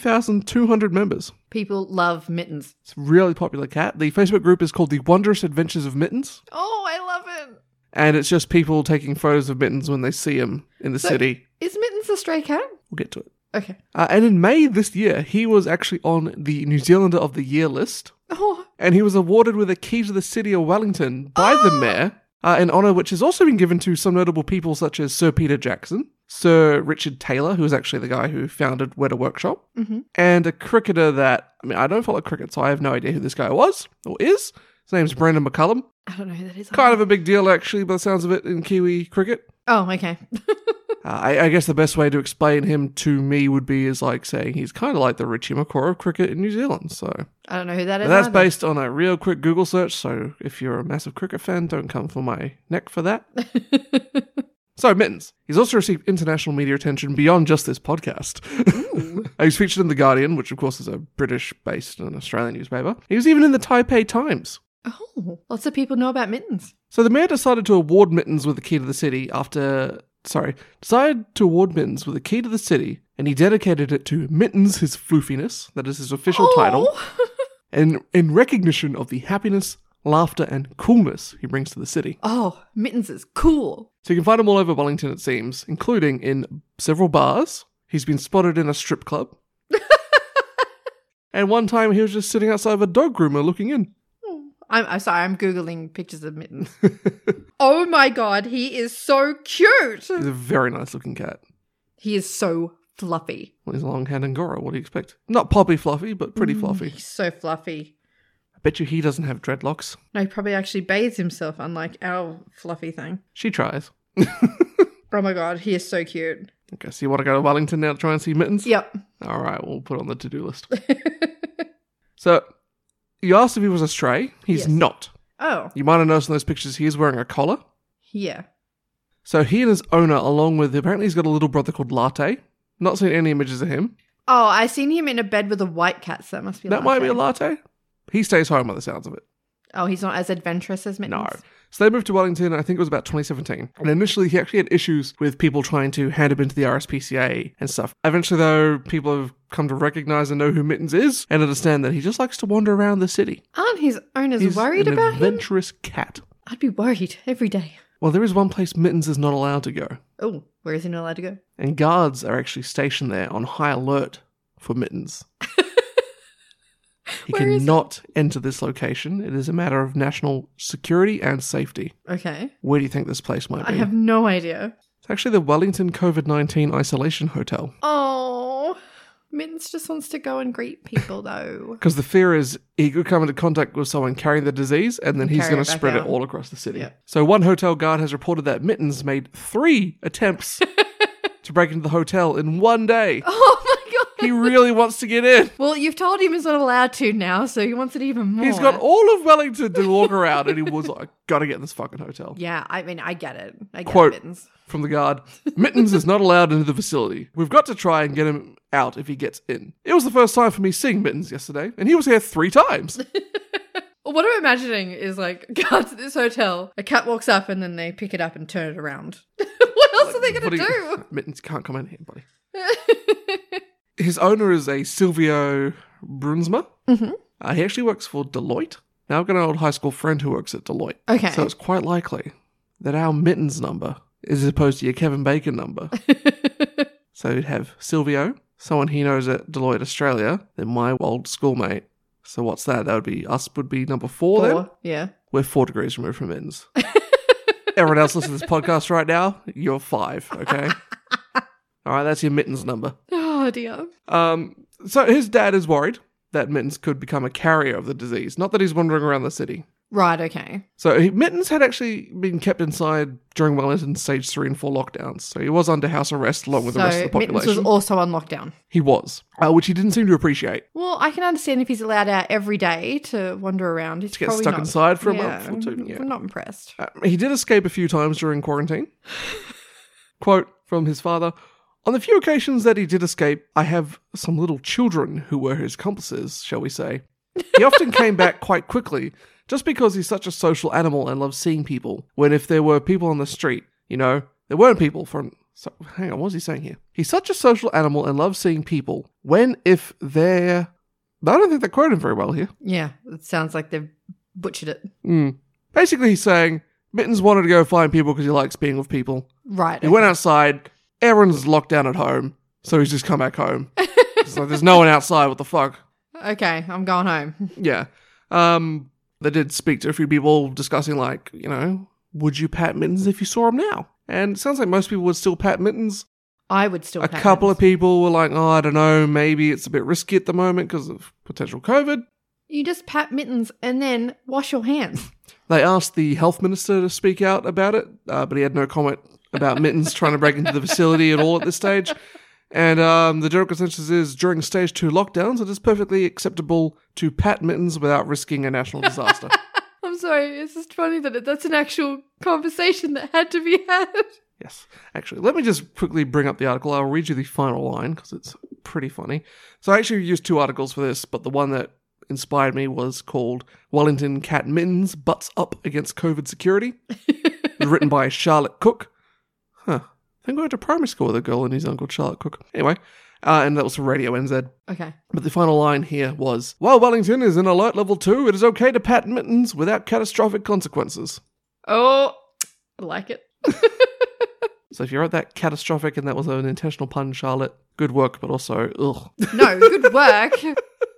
A: 59,200 members.
B: People love mittens.
A: It's a really popular cat. The Facebook group is called The Wondrous Adventures of Mittens.
B: Oh, I love it.
A: And it's just people taking photos of mittens when they see him in the
B: So-
A: city.
B: Is mittens a stray cat?
A: We'll get to it.
B: Okay.
A: Uh, and in May this year, he was actually on the New Zealander of the Year list,
B: Oh,
A: and he was awarded with a key to the city of Wellington by the mayor uh, an honour which has also been given to some notable people such as Sir Peter Jackson, Sir Richard Taylor, who was actually the guy who founded Weta Workshop,
B: Mhm.
A: and a cricketer that, I mean, I don't follow cricket, so I have no idea who this guy was or is. His name's Brendan McCullum.
B: I don't know who that is.
A: Kind of a big deal, actually, by the sounds of it, in Kiwi cricket.
B: Oh, okay.
A: Uh, I, I guess the best way to explain him to me would be is like saying he's kind of like the Richie McCaw of cricket in New Zealand. So
B: I don't know who that is.
A: But that's
B: either.
A: based on a real quick Google search. So if you're a massive cricket fan, don't come for my neck for that. So mittens. He's also received international media attention beyond just this podcast. he was featured in the Guardian, which of course is a British-based and Australian newspaper. He was even in the Taipei Times.
B: oh, lots of people know about mittens.
A: So the mayor decided to award Mittens with the key to the city after. Sorry, decided to award Mittens with the key to the city, and he dedicated it to Mittens, his floofiness, that is his official title,
B: Oh.
A: and in recognition of the happiness, laughter, and coolness he brings to the city.
B: Oh, mittens is cool.
A: So you can find him all over Wellington, it seems, including in several bars. He's been spotted in a strip club. and one time he was just sitting outside of a dog groomer looking in.
B: I'm, I'm sorry. I'm googling pictures of mittens. oh my god, he is so cute.
A: He's a very nice looking cat.
B: He is so fluffy.
A: Well, he's a long-haired Angora. What do you expect? Not poppy fluffy, but pretty fluffy.
B: He's so fluffy.
A: I bet you he doesn't have dreadlocks.
B: No, he probably actually bathes himself, unlike our fluffy thing.
A: She tries.
B: Oh my god, he is so cute.
A: Okay, so you want to go to Wellington now to try and see Mittens?
B: Yep.
A: All right, we'll put it on the to-do list. so you asked if he was a stray. He's
B: Yes.
A: not.
B: oh,
A: You might have noticed in those pictures he is wearing a collar.
B: yeah.
A: So he and his owner, along with apparently he's got a little brother called Latte. Not seen any images of him.
B: Oh, I seen him in a bed with a white cat, so that must be
A: that might be a
B: Latte.
A: latte. He stays home by the sounds of it.
B: Oh, he's not as adventurous as Mittens.
A: No. So they moved to Wellington, I think it was about 2017. And initially, he actually had issues with people trying to hand him into the RSPCA and stuff. Eventually, though, people have come to recognize and know who Mittens is and understand that he just likes to wander around the city.
B: Aren't his owners
A: He's
B: worried
A: an
B: about him?
A: adventurous cat.
B: I'd be worried every day.
A: Well, there is one place Mittens is not allowed to go,
B: Oh, where is he not allowed to go?
A: and guards are actually stationed there on high alert for Mittens. He
B: Where is it?
A: cannot enter this location. It is a matter of national security and safety.
B: Okay.
A: Where do you think this place might be?
B: I have no idea.
A: It's actually the Wellington COVID 19 Isolation Hotel.
B: Oh, Mittens just wants to go and greet people, though.
A: Because the fear is he could come into contact with someone carrying the disease and then he's
B: Carry
A: going
B: it
A: to
B: back
A: spread
B: out.
A: it all across the city.
B: Yeah.
A: So, one hotel guard has reported that Mittens made three attempts to break into the hotel in one day.
B: oh my god.
A: He really wants to get in.
B: Well, you've told him he's not allowed to now, so he wants it even more.
A: He's got all of Wellington to walk around and he was like, gotta get in this fucking hotel.
B: Yeah, I mean, I get it. I get
A: Quote.
B: it, Mittens.
A: from the guard. Mittens is not allowed into the facility. We've got to try and get him out if he gets in. It was the first time for me seeing Mittens yesterday, and he was here three times.
B: Well, What I'm imagining is like guards at this hotel. A cat walks up and then they pick it up and turn it around. what else are they
A: What
B: going
A: do
B: to
A: you-
B: do?
A: Mittens can't come in here, buddy. His owner is a Silvio Brunsma.
B: Mhm.
A: Uh, he actually works for Deloitte. Now I've got an old high school friend who works at Deloitte.
B: okay.
A: So it's quite likely that our Mittens number is as opposed to your Kevin Bacon number. So you'd have Silvio, someone he knows at Deloitte Australia, then my old schoolmate. So what's that? That would be us would be number four, then.
B: Or- yeah.
A: We're four degrees removed from mittens. Everyone else listening to this podcast right now, you're five, okay? All right, that's your mittens number.
B: Oh dear.
A: Um, so his dad is worried that Mittens could become a carrier of the disease, not that he's wandering around the city.
B: Right. Okay.
A: So he, Mittens had actually been kept inside during Wellington's stage three and four lockdowns, so he was under house arrest along with
B: so
A: the rest of the
B: Mittens
A: population.
B: was also on lockdown.
A: he was, uh, which he didn't seem to appreciate.
B: Well, I can understand if he's allowed out every day to wander around. He's
A: To get
B: probably
A: stuck
B: not.
A: inside for a
B: Yeah,
A: month or two. Yeah.
B: I'm not impressed.
A: Uh, he did escape a few times during quarantine. Quote from his father On the few occasions that he did escape, I have some little children who were his accomplices, shall we say. He often came back quite quickly just because he's such a social animal and loves seeing people. When if there were people on the street, you know, there weren't people from. So, hang on, what is he saying here? He's such a social animal and loves seeing people. When if there. I don't think they quote him very well here.
B: Yeah, it sounds like they've butchered it.
A: Mm. Basically, he's saying Mittens wanted to go find people because he likes being with people.
B: Right.
A: He went outside. Everyone's locked down at home, so he's just come back home. it's like there's no one outside. What the fuck?
B: Okay, I'm going home.
A: Yeah. Um. They did speak to a few people discussing like you know Would you pat mittens if you saw him now? And it sounds like most people would still pat mittens.
B: I would still
A: A couple of people were like, oh, I don't know, maybe it's a bit risky at the moment because of potential COVID.
B: You just pat mittens and then wash your hands.
A: They asked the health minister to speak out about it, uh, but he had no comment about mittens trying to break into the facility at all at this stage. And um, the general consensus is during stage two lockdowns, it is perfectly acceptable to pat mittens without risking a national disaster.
B: I'm sorry, it's just funny that it, that's an actual conversation that had to be had.
A: Yes. Actually, let me just quickly bring up the article. I'll read you the final line because it's pretty funny. So I actually used two articles for this, but the one that inspired me was called Wellington Cat Mittens Butts Up Against COVID Security, written by Charlotte Cook. Huh. I think we went to primary school with a girl in New Zealand called Charlotte Cook. Anyway, uh, and that was for Radio NZ.
B: Okay.
A: But the final line here was While Wellington is in alert level 2, it is okay to pat mittens without catastrophic consequences.
B: Oh, I like it.
A: So if you wrote that catastrophic and that was an intentional pun, Charlotte, good work, but also, ugh.
B: No, good work.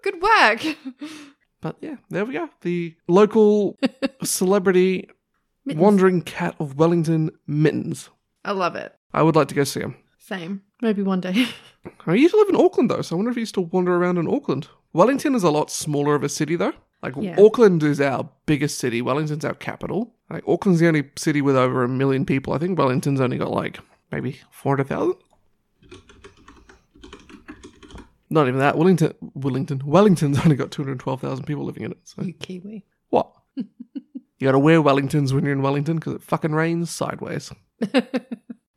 B: good work.
A: But yeah, there we go. The local celebrity
B: Mittens.
A: wandering cat of Wellington, Mittens.
B: I love it.
A: I would like to go see him.
B: Same. Maybe one day.
A: I used to live in Auckland, though, so I wonder if he used to wander around in Auckland. Wellington is a lot smaller of a city, though. Like,
B: Yeah.
A: Auckland is our biggest city. Wellington's our capital. Like, Auckland's the only city with over a million people. I think Wellington's only got, like, maybe 400,000? Not even that. Wellington, Wellington, Wellington's only got 212,000 people living in it. So,
B: you Kiwi.
A: what? you gotta wear Wellingtons when you're in Wellington because it fucking rains sideways.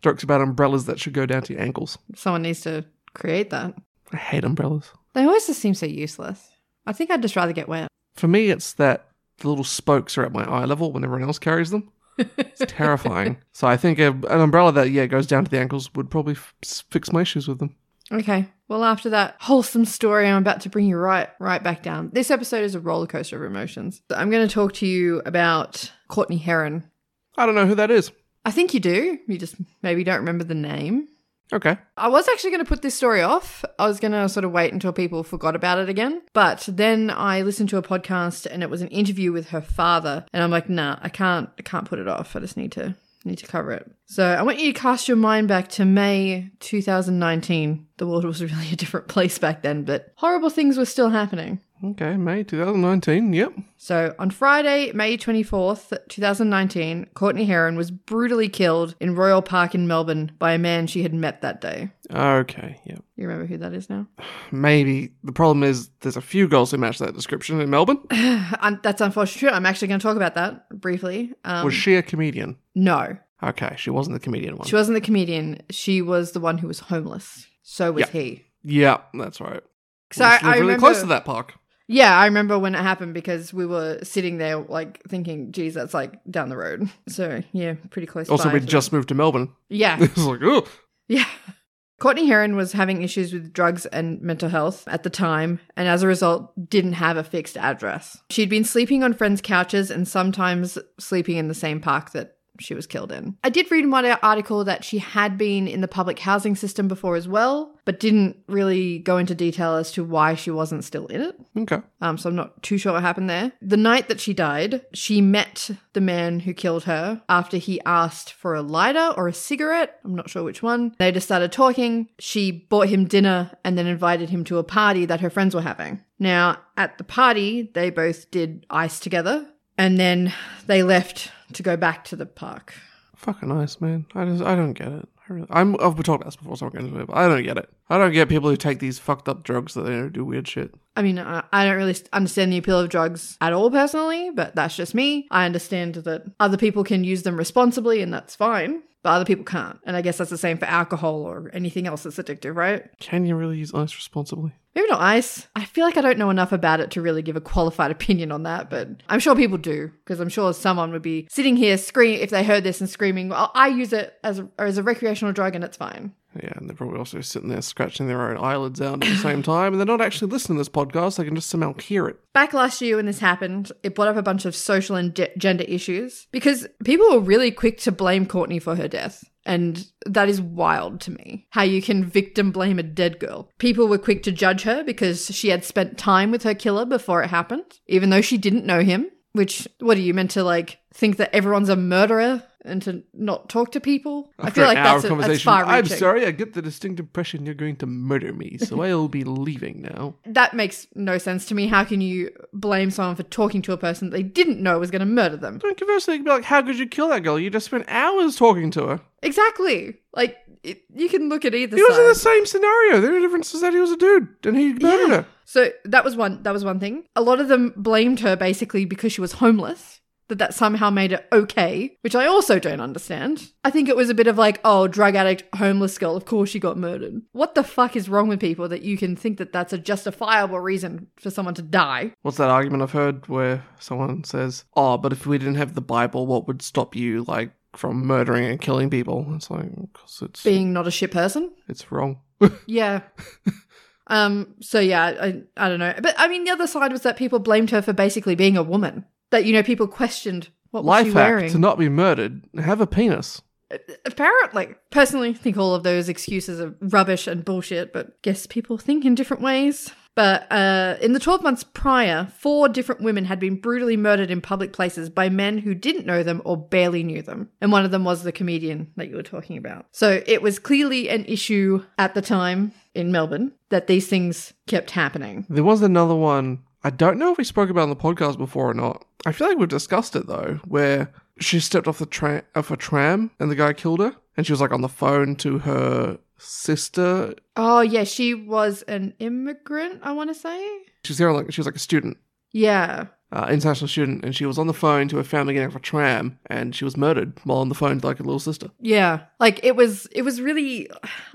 A: Jokes about umbrellas that should go down to your ankles.
B: Someone needs to create that.
A: I hate umbrellas.
B: They always just seem so useless. I think I'd just rather get wet.
A: For me, it's that the little spokes are at my eye level when everyone else carries them. It's terrifying. so I think a, an umbrella that yeah goes down to the ankles would probably f- s- fix my issues with them.
B: Okay. Well, after that wholesome story, I'm about to bring you right right back down. This episode is a roller coaster of emotions. I'm going to talk to you about Courtney Heron.
A: I don't know who that is.
B: I think you do. You just maybe don't remember the name.
A: Okay,
B: I was actually going to put this story off. I was going to sort of wait until people forgot about it again. But then I listened to a podcast and it was an interview with her father, and I'm like, "Nah, I can't I can't put it off. I just need to need to cover it." So, I want you to cast your mind back to May 2019. The world was really a different place back then, but horrible things were still happening.
A: okay, May 2019. Yep.
B: So on Friday, May 24th, 2019, Courtney Heron was brutally killed in Royal Park in Melbourne by a man she had met that day.
A: Okay, yep.
B: You remember who that is now?
A: Maybe the problem is there's a few girls who match that description in Melbourne.
B: Un- that's unfortunate. I'm actually going to talk about that briefly. Um,
A: Was she a comedian?
B: no,
A: Okay, she wasn't the comedian one.
B: she wasn't the comedian. She was the one who was homeless. So was
A: Yeah.
B: he.
A: yeah, that's right.
B: So
A: we
B: I,
A: used to live
B: I remember.
A: really close to that park.
B: Yeah, I remember when it happened because we were sitting there, like thinking, "Geez, that's like down the road." So yeah, pretty close.
A: Also,
B: by
A: we
B: to-
A: just moved to Melbourne.
B: yeah.
A: it's like, oh,
B: Yeah. Courtney Heron was having issues with drugs and mental health at the time, and as a result, didn't have a fixed address. She'd been sleeping on friends' couches and sometimes sleeping in the same park that she was killed in. I did read in one article that she had been in the public housing system before as well, but didn't really go into detail as to why she wasn't still in it.
A: okay,
B: Um, so I'm not too sure what happened there. The night that she died, she met the man who killed her after he asked for a lighter or a cigarette. I'm not sure which one. They just started talking. She bought him dinner and then invited him to a party that her friends were having. Now, at the party, they both did ice together and then they left to go back to the park.
A: fucking nice, man. I just, I don't get it. I really, I'm, I've talked about this before, so I'm going to it. But I don't get it. I don't get people who take these fucked up drugs that they don't do weird shit.
B: I mean, I I don't really understand the appeal of drugs at all personally, but that's just me. I understand that other people can use them responsibly and that's fine, but other people can't. And I guess that's the same for alcohol or anything else that's addictive, right?
A: Can you really use ice responsibly?
B: Maybe not ice. I feel like I don't know enough about it to really give a qualified opinion on that, but I'm sure people do because I'm sure someone would be sitting here screaming if they heard this and screaming, well, I use it as a, as a recreational drug and it's fine.
A: Yeah, and they're probably also sitting there scratching their own eyelids out at the same time, and they're not actually listening to this podcast. They can just somehow hear it.
B: Back last year when this happened, it brought up a bunch of social and ge- gender issues because people were really quick to blame Courtney for her death. And that is wild to me. How you can victim blame a dead girl. People were quick to judge her because she had spent time with her killer before it happened, even though she didn't know him. Which, what are you meant to like think that everyone's a murderer and to not talk to people? I
A: After
B: feel like
A: an hour
B: that's, a, that's
A: conversation,
B: far reaching.
A: I'm sorry, I get the distinct impression you're going to murder me, so I'll be leaving now.
B: That makes no sense to me. How can you blame someone for talking to a person they didn't know was going to murder them?
A: But conversely, you'd be like, how could you kill that girl? You just spent hours talking to her.
B: Exactly. Like it, you can look at either
A: He was in
B: side.
A: the same scenario. The only difference is that he was a dude and he murdered
B: Yeah.
A: her.
B: So that was one that was one thing. A lot of them blamed her basically because she was homeless. That that somehow made it okay, which I also don't understand. I think it was a bit of like, oh, drug addict, homeless girl. Of course she got murdered. What the fuck is wrong with people that you can think that that's a justifiable reason for someone to die?
A: What's that argument I've heard where someone says, "Oh, but if we didn't have the Bible, what would stop you like from murdering and killing people?" It's like, because it's
B: Being not a shit person.
A: it's wrong.
B: Yeah. um. So yeah, I I don't know, but I mean, the other side was that people blamed her for basically being a woman. That you know, people questioned what was
A: Life
B: she
A: hack
B: wearing.
A: to not be murdered: have a penis.
B: Apparently, personally, I think all of those excuses are rubbish and bullshit. But guess people think in different ways. But uh, in the 12 months prior, four different women had been brutally murdered in public places by men who didn't know them or barely knew them. And one of them was the comedian that you were talking about. So it was clearly an issue at the time in Melbourne that these things kept happening.
A: There was another one. I don't know if we spoke about it on the podcast before or not. I feel like we've discussed it though, where she stepped off the tra- off a tram and the guy killed her, and she was like on the phone to her sister.
B: Oh, yeah, she was an immigrant, I want to say.
A: She's there like she was like a student.
B: Yeah.
A: uh, international student, and she was on the phone to her family getting off a tram, and she was murdered while on the phone to like her little sister.
B: Yeah. Like it was it was really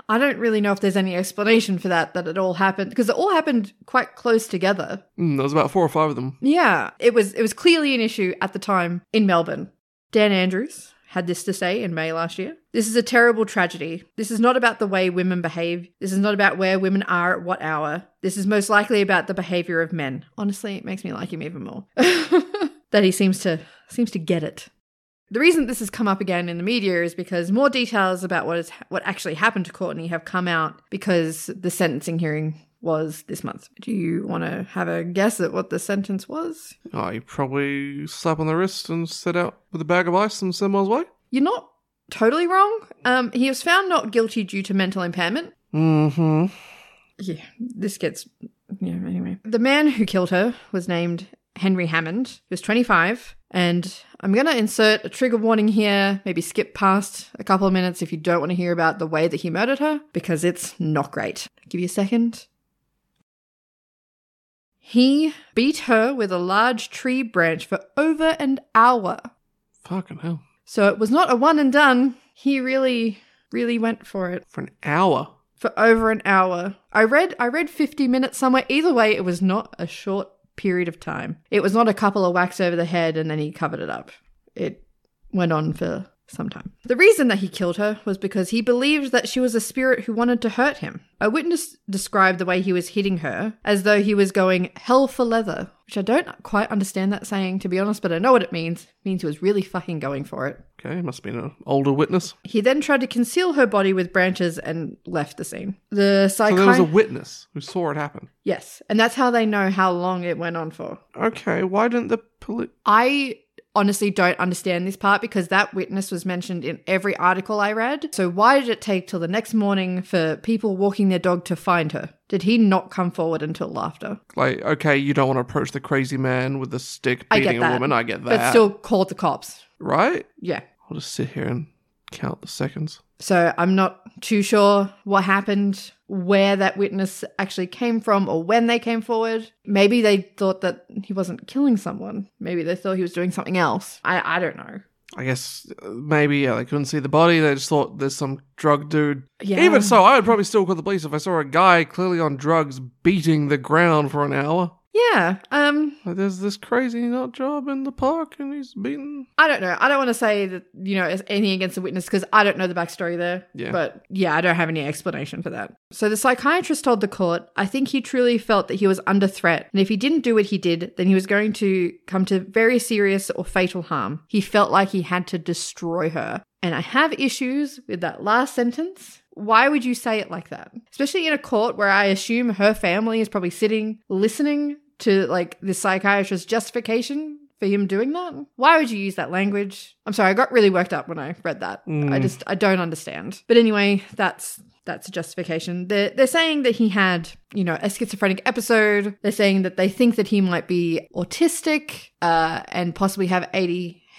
B: I don't really know if there's any explanation for that that it all happened because it all happened quite close together.
A: Mm, there was about four or five of them.
B: Yeah. It was it was clearly an issue at the time in Melbourne. Dan Andrews had this to say in May last year. This is a terrible tragedy. This is not about the way women behave. This is not about where women are at what hour. This is most likely about the behavior of men. Honestly, it makes me like him even more. that he seems to seems to get it. The reason this has come up again in the media is because more details about what is what actually happened to Courtney have come out because the sentencing hearing was this month. Do you want to have a guess at what the sentence was?
A: Oh, you probably slap on the wrist and set out with a bag of ice and send miles away.
B: You're not totally wrong. Um, he was found not guilty due to mental impairment.
A: Mm-hmm.
B: Yeah, this gets yeah. Anyway, the man who killed her was named Henry Hammond. He was 25, and I'm gonna insert a trigger warning here. Maybe skip past a couple of minutes if you don't want to hear about the way that he murdered her because it's not great. Give you a second. He beat her with a large tree branch for over an hour.
A: Fucking hell!
B: So it was not a one and done. He really, really went for it
A: For an hour.
B: for over an hour. I read I read 50 minutes somewhere. Either way, it was not a short period of time. It was not a couple of whacks over the head and then he covered it up. It went on for some time. The reason that he killed her was because he believed that she was a spirit who wanted to hurt him. A witness described the way he was hitting her as though he was going hell for leather, which I don't quite understand that saying to be honest, but I know what it means. It means he was really fucking going for it.
A: Okay, must have been an older witness.
B: He then tried to conceal her body with branches and left the scene. The
A: So there was
B: psychiatrist.
A: a witness who saw it happen.
B: yes, and that's how they know how long it went on for.
A: Okay, why didn't the police?
B: I honestly don't understand this part because that witness was mentioned in every article I read. So why did it take till the next morning for people walking their dog to find her? Did he not come forward until after?
A: Like, okay, you don't want to approach the crazy man with a stick
B: I get
A: beating
B: that.
A: a woman. I get that.
B: But still called the cops.
A: right?
B: Yeah.
A: I'll just sit here and count the seconds.
B: So I'm not too sure what happened, where that witness actually came from, or when they came forward. Maybe they thought that he wasn't killing someone. Maybe they thought he was doing something else. I, I don't know.
A: I guess uh, maybe yeah, they couldn't see the body. They just thought there's some drug dude.
B: Yeah.
A: Even so, I would probably still call the police if I saw a guy clearly on drugs beating the ground for an hour.
B: Yeah. Um.
A: Like, there's this crazy nut job in the park, and he's beaten.
B: I don't know. I don't want to say that you know it's anything against the witness because I don't know the backstory there.
A: Yeah.
B: But yeah, I don't have any explanation for that. So the psychiatrist told the court, I think he truly felt that he was under threat, and if he didn't do what he did, then he was going to come to very serious or fatal harm. He felt like he had to destroy her. And I have issues with that last sentence. Why would you say it like that? Especially in a court where I assume her family is probably sitting, listening to like the psychiatrist's justification for him doing that? Why would you use that language? I'm sorry, I got really worked up when I read that. I
A: Mm.
B: just I don't understand. But anyway, that's that's a justification. They're they're saying that he had, you know, a schizophrenic episode. They're saying that they think that he might be autistic, uh, and possibly have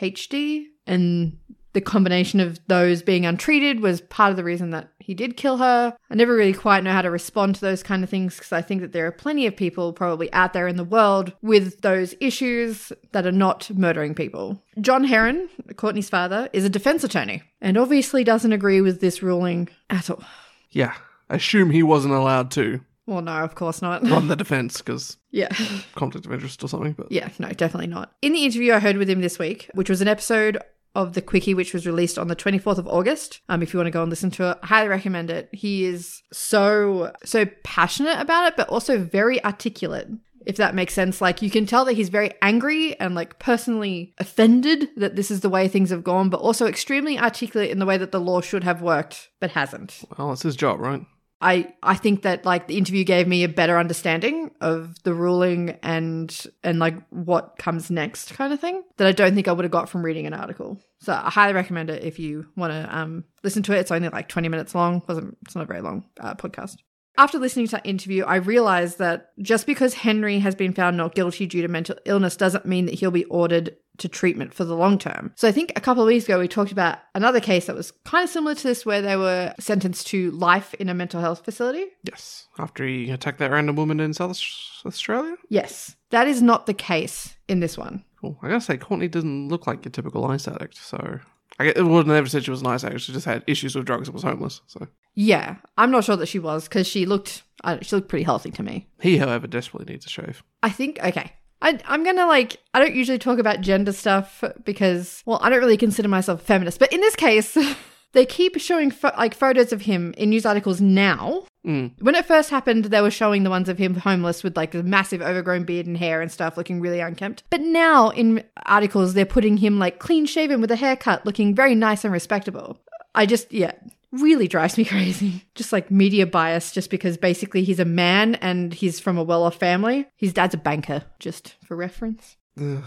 B: ADHD. And the combination of those being untreated was part of the reason that he did kill her. I never really quite know how to respond to those kind of things because I think that there are plenty of people probably out there in the world with those issues that are not murdering people. John Heron, Courtney's father, is a defense attorney and obviously doesn't agree with this ruling at all.
A: Yeah. Assume he wasn't allowed to
B: Well, no, of course not.
A: run the defense because
B: yeah.
A: conflict of interest or something. But
B: Yeah, no, definitely not. In the interview I heard with him this week, which was an episode of the quickie which was released on the 24th of august um, if you want to go and listen to it I highly recommend it he is so so passionate about it but also very articulate if that makes sense like you can tell that he's very angry and like personally offended that this is the way things have gone but also extremely articulate in the way that the law should have worked but hasn't
A: well, it's his job, right?
B: I I think that like the interview gave me a better understanding of the ruling and and like what comes next kind of thing that I don't think I would have got from reading an article. So I highly recommend it if you want to um listen to it. It's only like twenty minutes long. wasn't It's not a very long uh, podcast. After listening to that interview, I realized that just because Henry has been found not guilty due to mental illness doesn't mean that he'll be ordered to treatment for the long term. So I think a couple of weeks ago we talked about another case that was kind of similar to this where they were sentenced to life in a mental health facility.
A: Yes. After he attacked that random woman in South Aus- Australia?
B: Yes, that is not the case in this one.
A: Cool. I gotta say, Courtney doesn't look like your typical ice addict, so. I get, well, never said she was an ice addict. She just had issues with drugs and was homeless. So
B: Yeah, I'm not sure that she was because she looked uh, she looked pretty healthy to me.
A: he, however, desperately needs a shave.
B: I think okay. I, I'm gonna like I don't usually talk about gender stuff because well I don't really consider myself a feminist, but in this case, they keep showing pho- like photos of him in news articles now.
A: Mm.
B: When it first happened, they were showing the ones of him homeless with like the massive overgrown beard and hair and stuff, looking really unkempt. But now in articles, they're putting him like clean shaven with a haircut, looking very nice and respectable. I just yeah. Really drives me crazy. Just like media bias, just because basically he's a man and he's from a well off family. His dad's a banker, just for reference.
A: Ugh.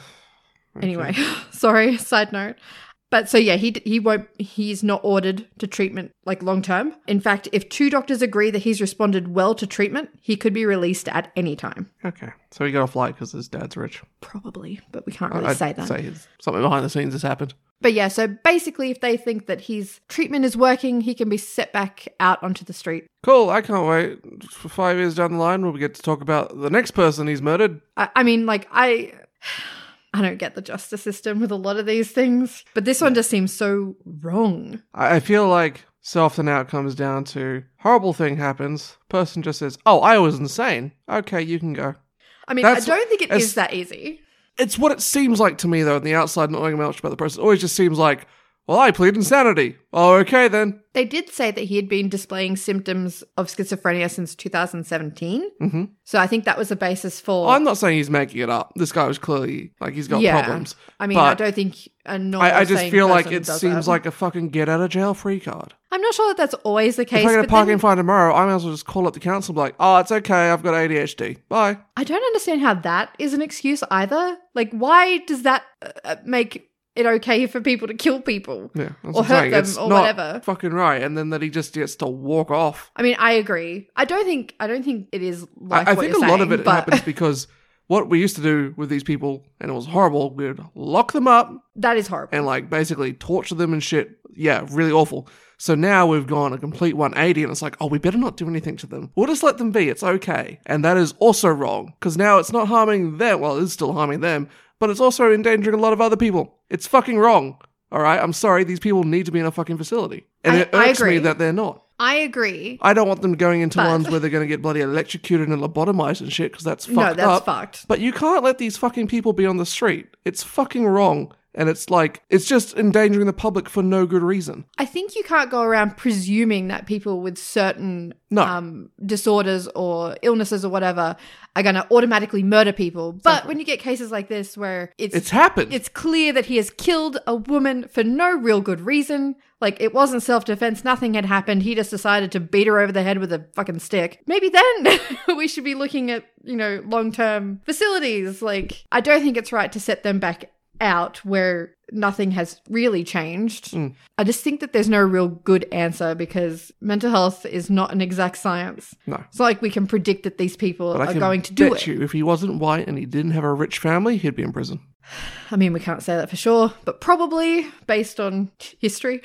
A: Okay.
B: Anyway, sorry, side note. But so yeah, he d- he won't he's not ordered to treatment like long term. In fact, if two doctors agree that he's responded well to treatment, he could be released at any time.
A: Okay. So he got off light because his dad's rich.
B: Probably, but we can't
A: I-
B: really
A: I'd
B: say that.
A: Say his- something behind the scenes has happened.
B: But yeah, so basically if they think that his treatment is working, he can be set back out onto the street.
A: Cool. I can't wait. For five years down the line, we'll get to talk about the next person he's murdered.
B: I, I mean, like I I don't get the justice system with a lot of these things, but this one just seems so wrong.
A: I, I feel like so often now it comes down to horrible thing happens. Person just says, "Oh, I was insane. Okay, you can go."
B: I mean,
A: That's-
B: I don't think it
A: it's-
B: is that easy.
A: It's what it seems like to me, though. On the outside, not knowing much about the process, it always just seems like, "Well, I plead insanity." Oh, okay then.
B: They did say that he had been displaying symptoms of schizophrenia since 2017.
A: hmm
B: So I think that was the basis for.
A: I'm not saying he's making it up. This guy was clearly like he's got
B: Yeah.
A: problems.
B: I mean,
A: but
B: I don't think a normal.
A: I, I just
B: sane
A: feel like
B: person
A: it
B: does
A: seems
B: that.
A: like a fucking get out of jail free card.
B: I'm not sure that that's always the case.
A: if I get a
B: but
A: parking
B: then
A: fine tomorrow, I might as well just call up the council and be like, oh, it's okay, I've got ADHD. Bye.
B: I don't understand how that is an excuse either. Like, why does that uh, uh, make it okay for people to kill people?
A: Yeah, that's what
B: Or
A: I'm
B: hurt
A: saying.
B: them
A: it's
B: or
A: not
B: whatever.
A: Fucking right. And then that he just gets to walk off.
B: I mean, I agree. I don't think. I don't think it is.
A: I-
B: Like
A: I,
B: what
A: think a
B: you're
A: lot of
B: saying,
A: it
B: but
A: happens because what we used to do with these people, and it was horrible, we would lock them up
B: that is horrible.
A: and like basically torture them and shit. Yeah, really awful. So now we've gone a complete 180 and it's like, oh, we better not do anything to them. We'll just let them be. It's okay. And that is also wrong because now it's not harming them. Well, it is still harming them, but it's also endangering a lot of other people. It's fucking wrong. All right. I'm sorry. These people need to be in a fucking facility. And
B: I-
A: it
B: I
A: irks me
B: agree.
A: that they're not.
B: I agree.
A: I don't want them going into
B: But-
A: ones where they're going to get bloody electrocuted and lobotomized and shit because that's fucked
B: no, that's
A: up.
B: fucked.
A: But you can't let these fucking people be on the street. It's fucking wrong. And it's like, it's just endangering the public for no good reason.
B: I think you can't go around presuming that people with certain
A: No.
B: um, disorders or illnesses or whatever are going to automatically murder people. But when you get cases like this where
A: It's
B: it's it's,
A: happened.
B: clear that he has killed a woman for no real good reason, like it wasn't self defense, nothing had happened. He just decided to beat her over the head with a fucking stick. Maybe then we should be looking at you know long term facilities. Like I don't think it's right to set them back out where nothing has really changed.
A: Mm.
B: I just think that there's no real good answer because mental health is not an exact science.
A: no.
B: It's not like we can predict that these people
A: But I
B: are
A: can
B: going to do
A: bet
B: it.
A: you if he wasn't white and he didn't have a rich family, he'd be in prison.
B: I mean, we can't say that for sure, but probably based on history.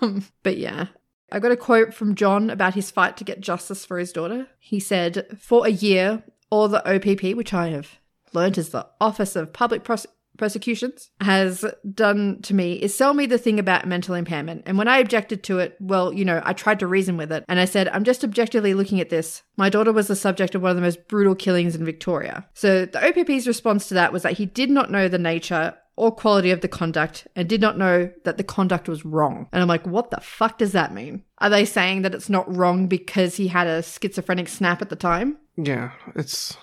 B: um, but yeah. I got a quote from John about his fight to get justice for his daughter. He said, For a year, all the OPP, which I have learnt is the Office of Public Prose- Prosecutions, has done to me is sell me the thing about mental impairment. And when I objected to it, well, you know, I tried to reason with it. And I said, I'm just objectively looking at this. My daughter was the subject of one of the most brutal killings in Victoria. So the OPP's response to that was that he did not know the nature or quality of the conduct and did not know that the conduct was wrong. And I'm like, what the fuck does that mean? Are they saying that it's not wrong because he had a schizophrenic snap at the time?
A: Yeah. It's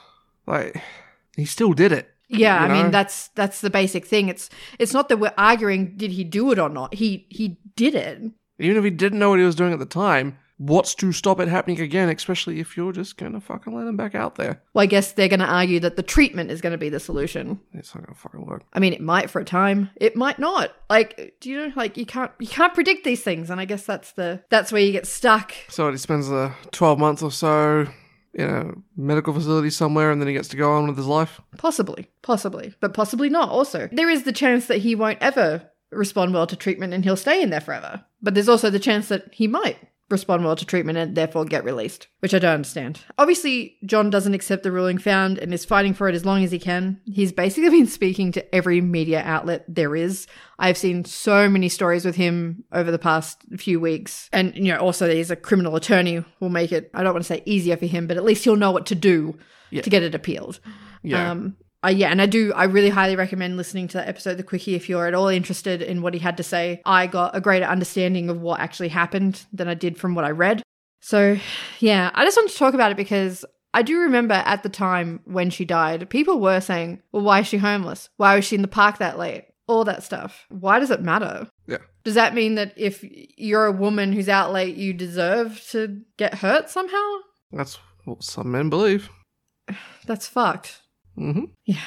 A: like, he still did it.
B: Yeah,
A: you
B: I
A: know?
B: mean that's that's the basic thing. It's it's not that we're arguing did he do it or not. He he did it.
A: Even if he didn't know what he was doing at the time, what's to stop it happening again, especially if you're just going to fucking let him back out there?
B: Well, I guess they're going to argue that the treatment is going to be the solution.
A: It's not going to fucking work.
B: I mean, it might for a time. It might not. Like, do you know? Like, you can't you can't predict these things, and I guess that's the that's where you get stuck.
A: So he spends the 12 months or so in a medical facility somewhere and then he gets to go on with his life.
B: Possibly, possibly, but possibly not. Also, there is the chance that he won't ever respond well to treatment, and he'll stay in there forever. But there's also the chance that he might respond well to treatment and therefore get released, which I don't understand. Obviously, John doesn't accept the ruling found and is fighting for it as long as he can. He's basically been speaking to every media outlet there is. I've seen so many stories with him over the past few weeks. And, you know, also that he's a criminal attorney will make it, I don't want to say easier for him, but at least he'll know what to do
A: Yeah.
B: to get it appealed.
A: Yeah.
B: Um, I, yeah, and I do. I really highly recommend listening to that episode, The Quickie, if you're at all interested in what he had to say. I got a greater understanding of what actually happened than I did from what I read. So, yeah, I just wanted to talk about it because I do remember at the time when she died, people were saying, well, why is she homeless? Why was she in the park that late? All that stuff. Why does it matter?
A: Yeah.
B: Does that mean that if you're a woman who's out late, you deserve to get hurt somehow?
A: That's what some men believe.
B: That's fucked.
A: hmm
B: Yeah,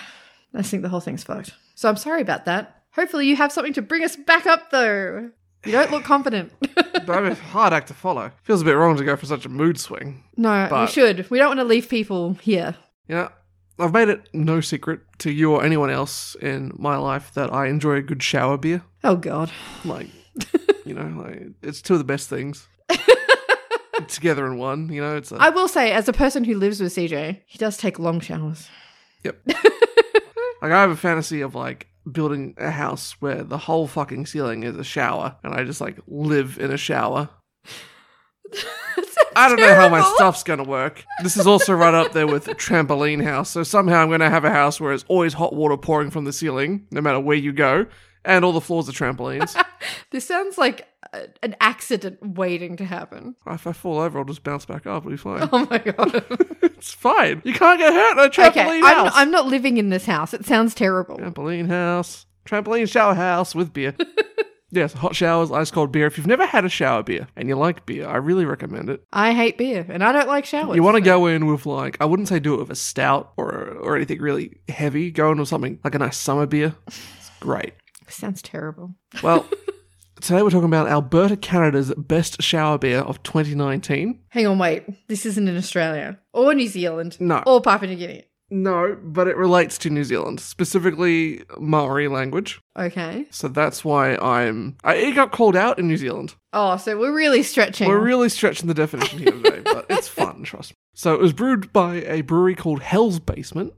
B: I think the whole thing's fucked. So I'm sorry about that. Hopefully, you have something to bring us back up, though. You don't look confident.
A: I mean, hard act to follow. Feels a bit wrong to go for such a mood swing.
B: no,
A: But-
B: we should. We don't want to leave people here.
A: You know, I've made it no secret to you or anyone else in my life that I enjoy a good shower beer.
B: Oh, God.
A: Like, you know, like it's two of the best things together in one. You know, it's a
B: I will say, as a person who lives with CJ, he does take long showers.
A: Like I have a fantasy of like building a house where the whole fucking ceiling is a shower and I just like live in a shower. I don't know how my
B: Terrible.
A: stuff's gonna work. This is also right up there with trampoline house. So somehow I'm gonna have a house where it's always hot water pouring from the ceiling, no matter where you go, and all the floors are trampolines.
B: This sounds like a, an accident waiting to happen.
A: if I fall over, I'll just bounce back up. It'll be fine.
B: Oh, my God.
A: it's fine. You can't get hurt in a trampoline
B: okay, I'm,
A: house.
B: I'm not living in this house. It sounds terrible.
A: Trampoline house. Trampoline shower house with beer. yes, hot showers, ice cold beer. If you've never had a shower beer and you like beer, I really recommend it.
B: I hate beer and I don't like showers.
A: You want to go in with like I wouldn't say do it with a stout or or anything really heavy. Go in with something like a nice summer beer. It's great.
B: Sounds terrible.
A: Well, today we're talking about Alberta, Canada's best shower beer of 2019.
B: Hang on, wait. This isn't in Australia or New Zealand
A: No,
B: or Papua New Guinea.
A: no, but it relates to New Zealand, specifically Maori language.
B: Okay.
A: So that's why I'm. I, it got called out in New Zealand.
B: Oh, so we're really stretching.
A: We're really stretching the definition here today, but it's fun, trust me. So it was brewed by a brewery called Hell's Basement.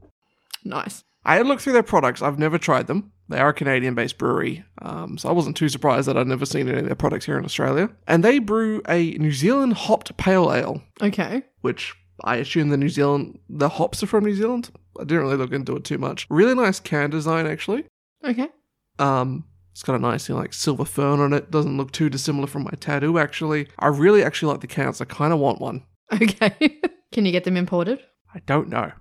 B: nice.
A: I had looked through their products. I've never tried them. They are a Canadian based brewery, um, so I wasn't too surprised that I'd never seen any of their products here in Australia. And they brew a New Zealand hopped pale ale,
B: Okay.
A: which I assume the New Zealand the hops are from New Zealand. I didn't really look into it too much. Really nice can design, actually.
B: Okay.
A: Um, it's got a nice, you know, like silver fern on it. Doesn't look too dissimilar from my tattoo, actually. I really actually like the counts. I kind of want one.
B: Okay. Can you get them imported?
A: I don't know.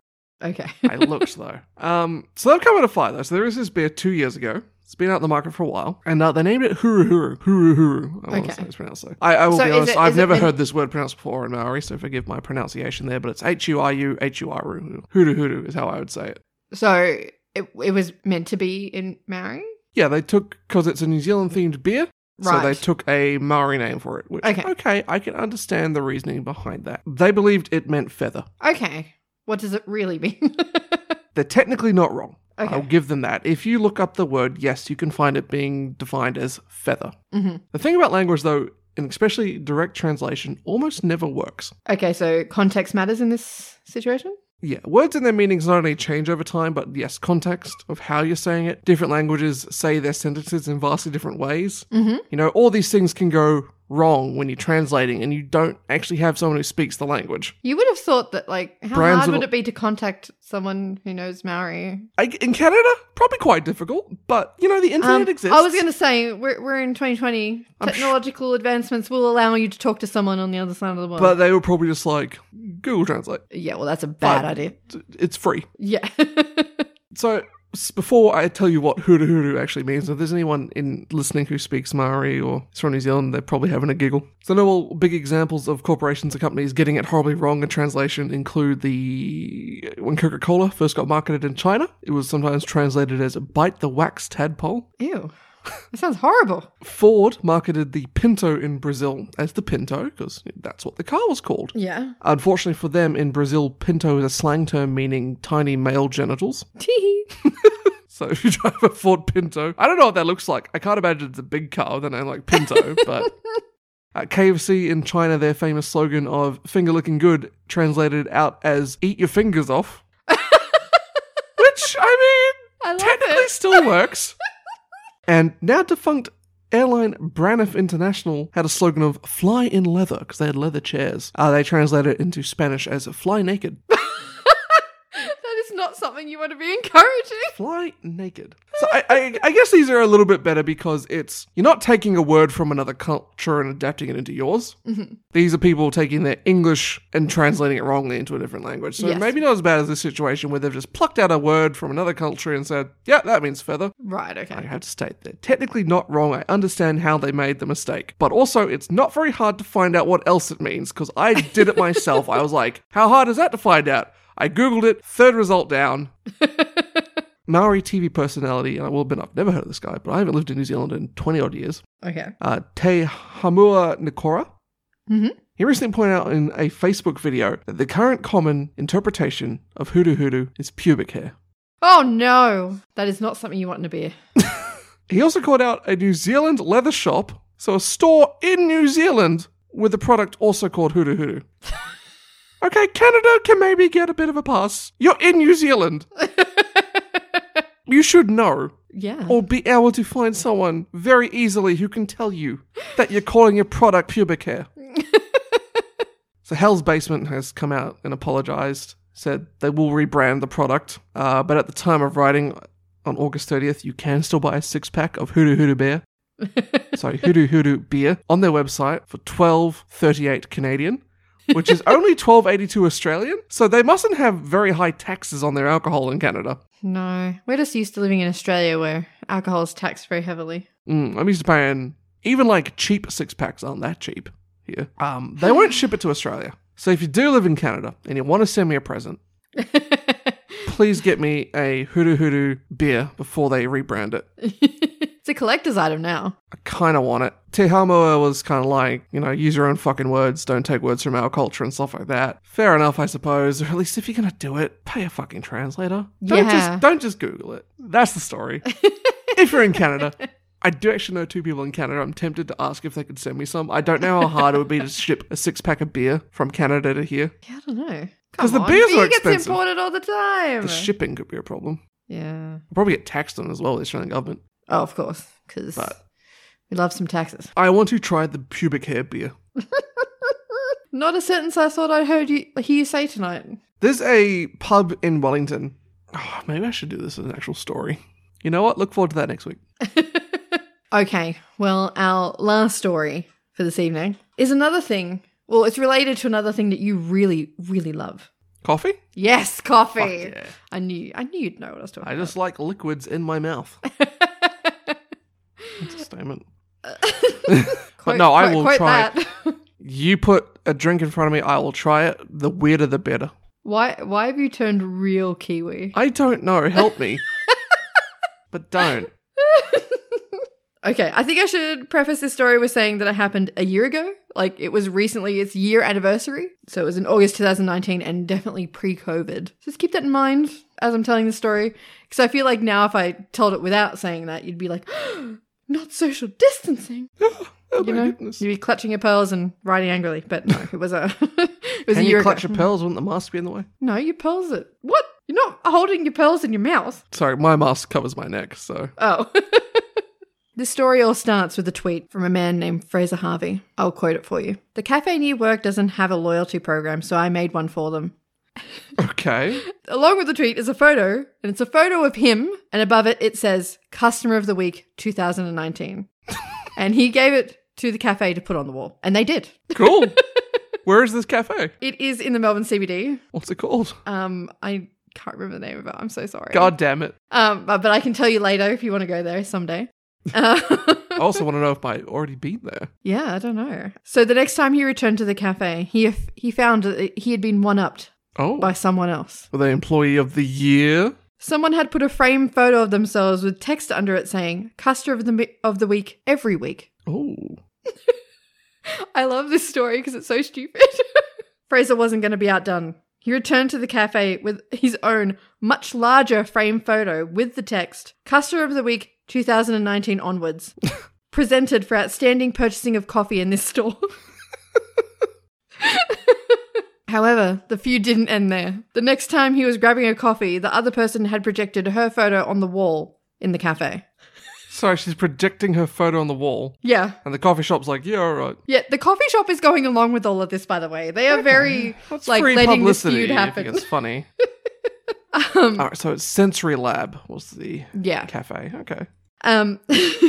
B: Okay.
A: I looked though. Um, so they've come out of fire though. So there is this beer two years ago. It's been out in the market for a while, and uh, they named it Huru Huru Huru Huru. I don't
B: Okay.
A: know how it's pronounced though. I, I will
B: So
A: be
B: is
A: honest.
B: it-
A: I've
B: is it
A: never
B: been-
A: heard this word pronounced before in Maori, so forgive my pronunciation there. But it's H U R U H U R U Huru Huru is how I would say it.
B: so it, it was meant to be in Maori?
A: Yeah, they took because it's a New Zealand themed beer. So they
B: Right.
A: took a Maori name for it, which
B: Okay.
A: okay. I can understand the reasoning behind that. They believed it meant feather.
B: Okay. What does it really mean?
A: They're technically not wrong. I'll
B: okay.
A: give them that. If you look up the word, yes, you can find it being defined as feather.
B: hmm
A: The thing about language, though, and especially direct translation, almost never works.
B: Okay, so context matters in this situation?
A: Yeah, words and their meanings not only change over time, but yes, context of how you're saying it. Different languages say their sentences in vastly different ways.
B: Mm-hmm.
A: You know, all these things can go wrong when you're translating and you don't actually have someone who speaks the language.
B: You would have thought that, like, how
A: Brands
B: hard
A: of-
B: would it be to contact someone who knows Maori?
A: I, in Canada, probably quite difficult, but you know, the internet
B: Um,
A: exists.
B: I was going to say, we're, we're in 2020.
A: I'm sh-
B: Technological advancements will allow you to talk to someone on the other side of the world.
A: But they were probably just like, Google Translate.
B: yeah, well, that's a bad
A: But-
B: idea.
A: It's free.
B: Yeah.
A: So s- before I tell you what huru huru actually means, if there's anyone in listening who speaks Maori or is from New Zealand, they're probably having a giggle. So I know all big examples of corporations and companies getting it horribly wrong in translation include the uh, when Coca-Cola first got marketed in China, it was sometimes translated as bite the wax tadpole.
B: Ew. That sounds horrible.
A: Ford marketed the Pinto in Brazil as the Pinto because that's what the car was called.
B: Yeah.
A: Unfortunately for them, in Brazil, pinto is a slang term meaning tiny male genitals.
B: Tee.
A: So if you drive a Ford Pinto, I don't know what that looks like. I can't imagine it's a big car with a name like Pinto, but uh, KFC in China, their famous slogan of "finger looking good" translated out as "eat your fingers off," which I
B: I love
A: mean technically
B: it.
A: still works. And now defunct airline Braniff International had a slogan of "fly in leather" because they had leather chairs. Uh, they translated it into Spanish as "fly naked."
B: That is not something you want to be encouraging.
A: Fly naked. So I, I, I guess these are a little bit better because it's you're not taking a word from another culture and adapting it into yours.
B: Mhm.
A: These are people taking their English and translating it wrongly into a different language. So
B: Yes.
A: maybe not as bad as this situation where they've just plucked out a word from another culture and said, "Yeah, that means feather."
B: Right,
A: I
B: okay.
A: have to state they're technically not wrong. I understand how they made the mistake, but also it's not very hard to find out what else it means because I did it myself. I was like, "How hard is that to find out?" I googled it. Third result down. Maori TV personality, and I will admit I've never heard of this guy, but I haven't lived in New Zealand in 20 odd years,
B: okay.
A: uh, Te Hamua Nikora.
B: Mhm.
A: He recently pointed out in a Facebook video that the current common interpretation of hoodoo hoodoo is pubic hair.
B: Oh no. That is not something you want in a beer.
A: He also called out a New Zealand leather shop, so a store in New Zealand with a product also called hoodoo hoodoo. okay, Canada can maybe get a bit of a pass. You're in New Zealand. You should know.
B: yeah.
A: or be able to find someone very easily who can tell you that you're calling your product pubic hair. so Hell's Basement has come out and apologized, said they will rebrand the product, uh, but at the time of writing on August 30th, you can still buy a six pack of Hoodoo Hoodoo beer. Sorry, Hoodoo Hoodoo beer on their website for twelve thirty eight Canadian. which is only 1282 Australian, so they mustn't have very high taxes on their alcohol in Canada.
B: No. We're just used to living in Australia where alcohol is taxed very heavily.
A: Mm, I'm used to paying even like cheap six packs aren't that cheap here. Um, they won't ship it to Australia. So if you do live in Canada and you want to send me a present, please get me a hoodoo hoodoo beer before they rebrand it.
B: it's a collector's item now.
A: I kind of want it. Te Hamoa was kind of like, you know, use your own fucking words, don't take words from our culture and stuff like that. Fair enough, I suppose. Or at least if you're gonna do it, pay a fucking translator. Don't
B: Yeah.
A: just don't just Google it. That's the story. if you're in Canada. I do actually know two people in Canada. I'm tempted to ask if they could send me some. I don't know how hard it would be to ship a six pack of beer from Canada to here.
B: Yeah, I don't know.
A: 'Cause
B: Come
A: the
B: on,
A: beers
B: beer
A: are
B: gets
A: expensive.
B: imported all the time.
A: The shipping could be a problem.
B: yeah.
A: I'll probably get taxed on as well, the Australian government.
B: Oh, of course. Because
A: But-
B: we love some taxes.
A: I want to try the pubic hair beer.
B: Not a sentence I thought I'd heard you hear you say tonight.
A: There's a pub in Wellington. Oh, maybe I should do this as an actual story. You know what? Look forward to that next week.
B: okay, well, our last story for this evening is another thing. Well, it's related to another thing that you really, really love.
A: Coffee?
B: Yes, coffee.
A: Fuck yeah.
B: I knew, I knew you'd know what I was talking
A: I just like liquids in my mouth. That's a statement.
B: Quote-
A: no, I
B: quote-
A: will
B: quote
A: try.
B: That.
A: You put a drink in front of me, I will try it. The weirder, the better.
B: Why? Why have you turned real Kiwi?
A: I don't know. Help me. but don't.
B: Okay, I think I should preface this story with saying that it happened a year ago. Like it was recently its year anniversary. So it was in August 2019 and definitely pre COVID. So just keep that in mind as I'm telling this story. Because I feel like now if I told it without saying that, you'd be like, not social distancing.
A: Oh
B: You
A: my
B: know,
A: goodness.
B: you'd be clutching your pearls and riding angrily. But no, it was a, it was
A: Can
B: a year
A: you clutch
B: ago.
A: your pearls? Wouldn't the mask be in the way?
B: no, your pearls are. What? You're not holding your pearls in your mouth.
A: Sorry, my mask covers my neck, so.
B: Oh. the story all starts with a tweet from a man named Fraser Harvey. I'll quote it for you. The cafe near work doesn't have a loyalty program, so I made one for them.
A: Okay.
B: Along with the tweet is a photo, and it's a photo of him, and above it it says Customer of the Week 2019. and he gave it to the cafe to put on the wall, and they did.
A: Cool. Where is this cafe?
B: It is in the Melbourne CBD.
A: What's it called?
B: Um, I can't remember the name of it. I'm so sorry.
A: God damn it.
B: Um, but, but I can tell you later if you want to go there someday. Uh,
A: I also want to know if I already been there.
B: Yeah, I don't know. So the next time he returned to the cafe, he he found that he had been one upped
A: Oh.
B: by someone else.
A: Were they employee of the year?
B: Someone had put a framed photo of themselves with text under it saying "Customer of the Mi- of the week every week."
A: Oh.
B: I love this story because it's so stupid. Fraser wasn't going to be outdone. He returned to the cafe with his own much larger framed photo with the text "Customer of the week 2019 onwards." presented for outstanding purchasing of coffee in this store. However, the feud didn't end there. The next time he was grabbing a coffee, the other person had projected her photo on the wall in the cafe.
A: Sorry, she's projecting her photo on the wall,
B: Yeah.
A: and the coffee shop's like, yeah, all right.
B: Yeah, the coffee shop is going along with all of this, by the way. They are very
A: That's
B: like
A: free
B: letting this
A: publicity.
B: feud
A: if
B: happen.
A: It's funny.
B: um,
A: all right, so it's Sensory Lab was the
B: yeah.
A: cafe. Okay.
B: Um,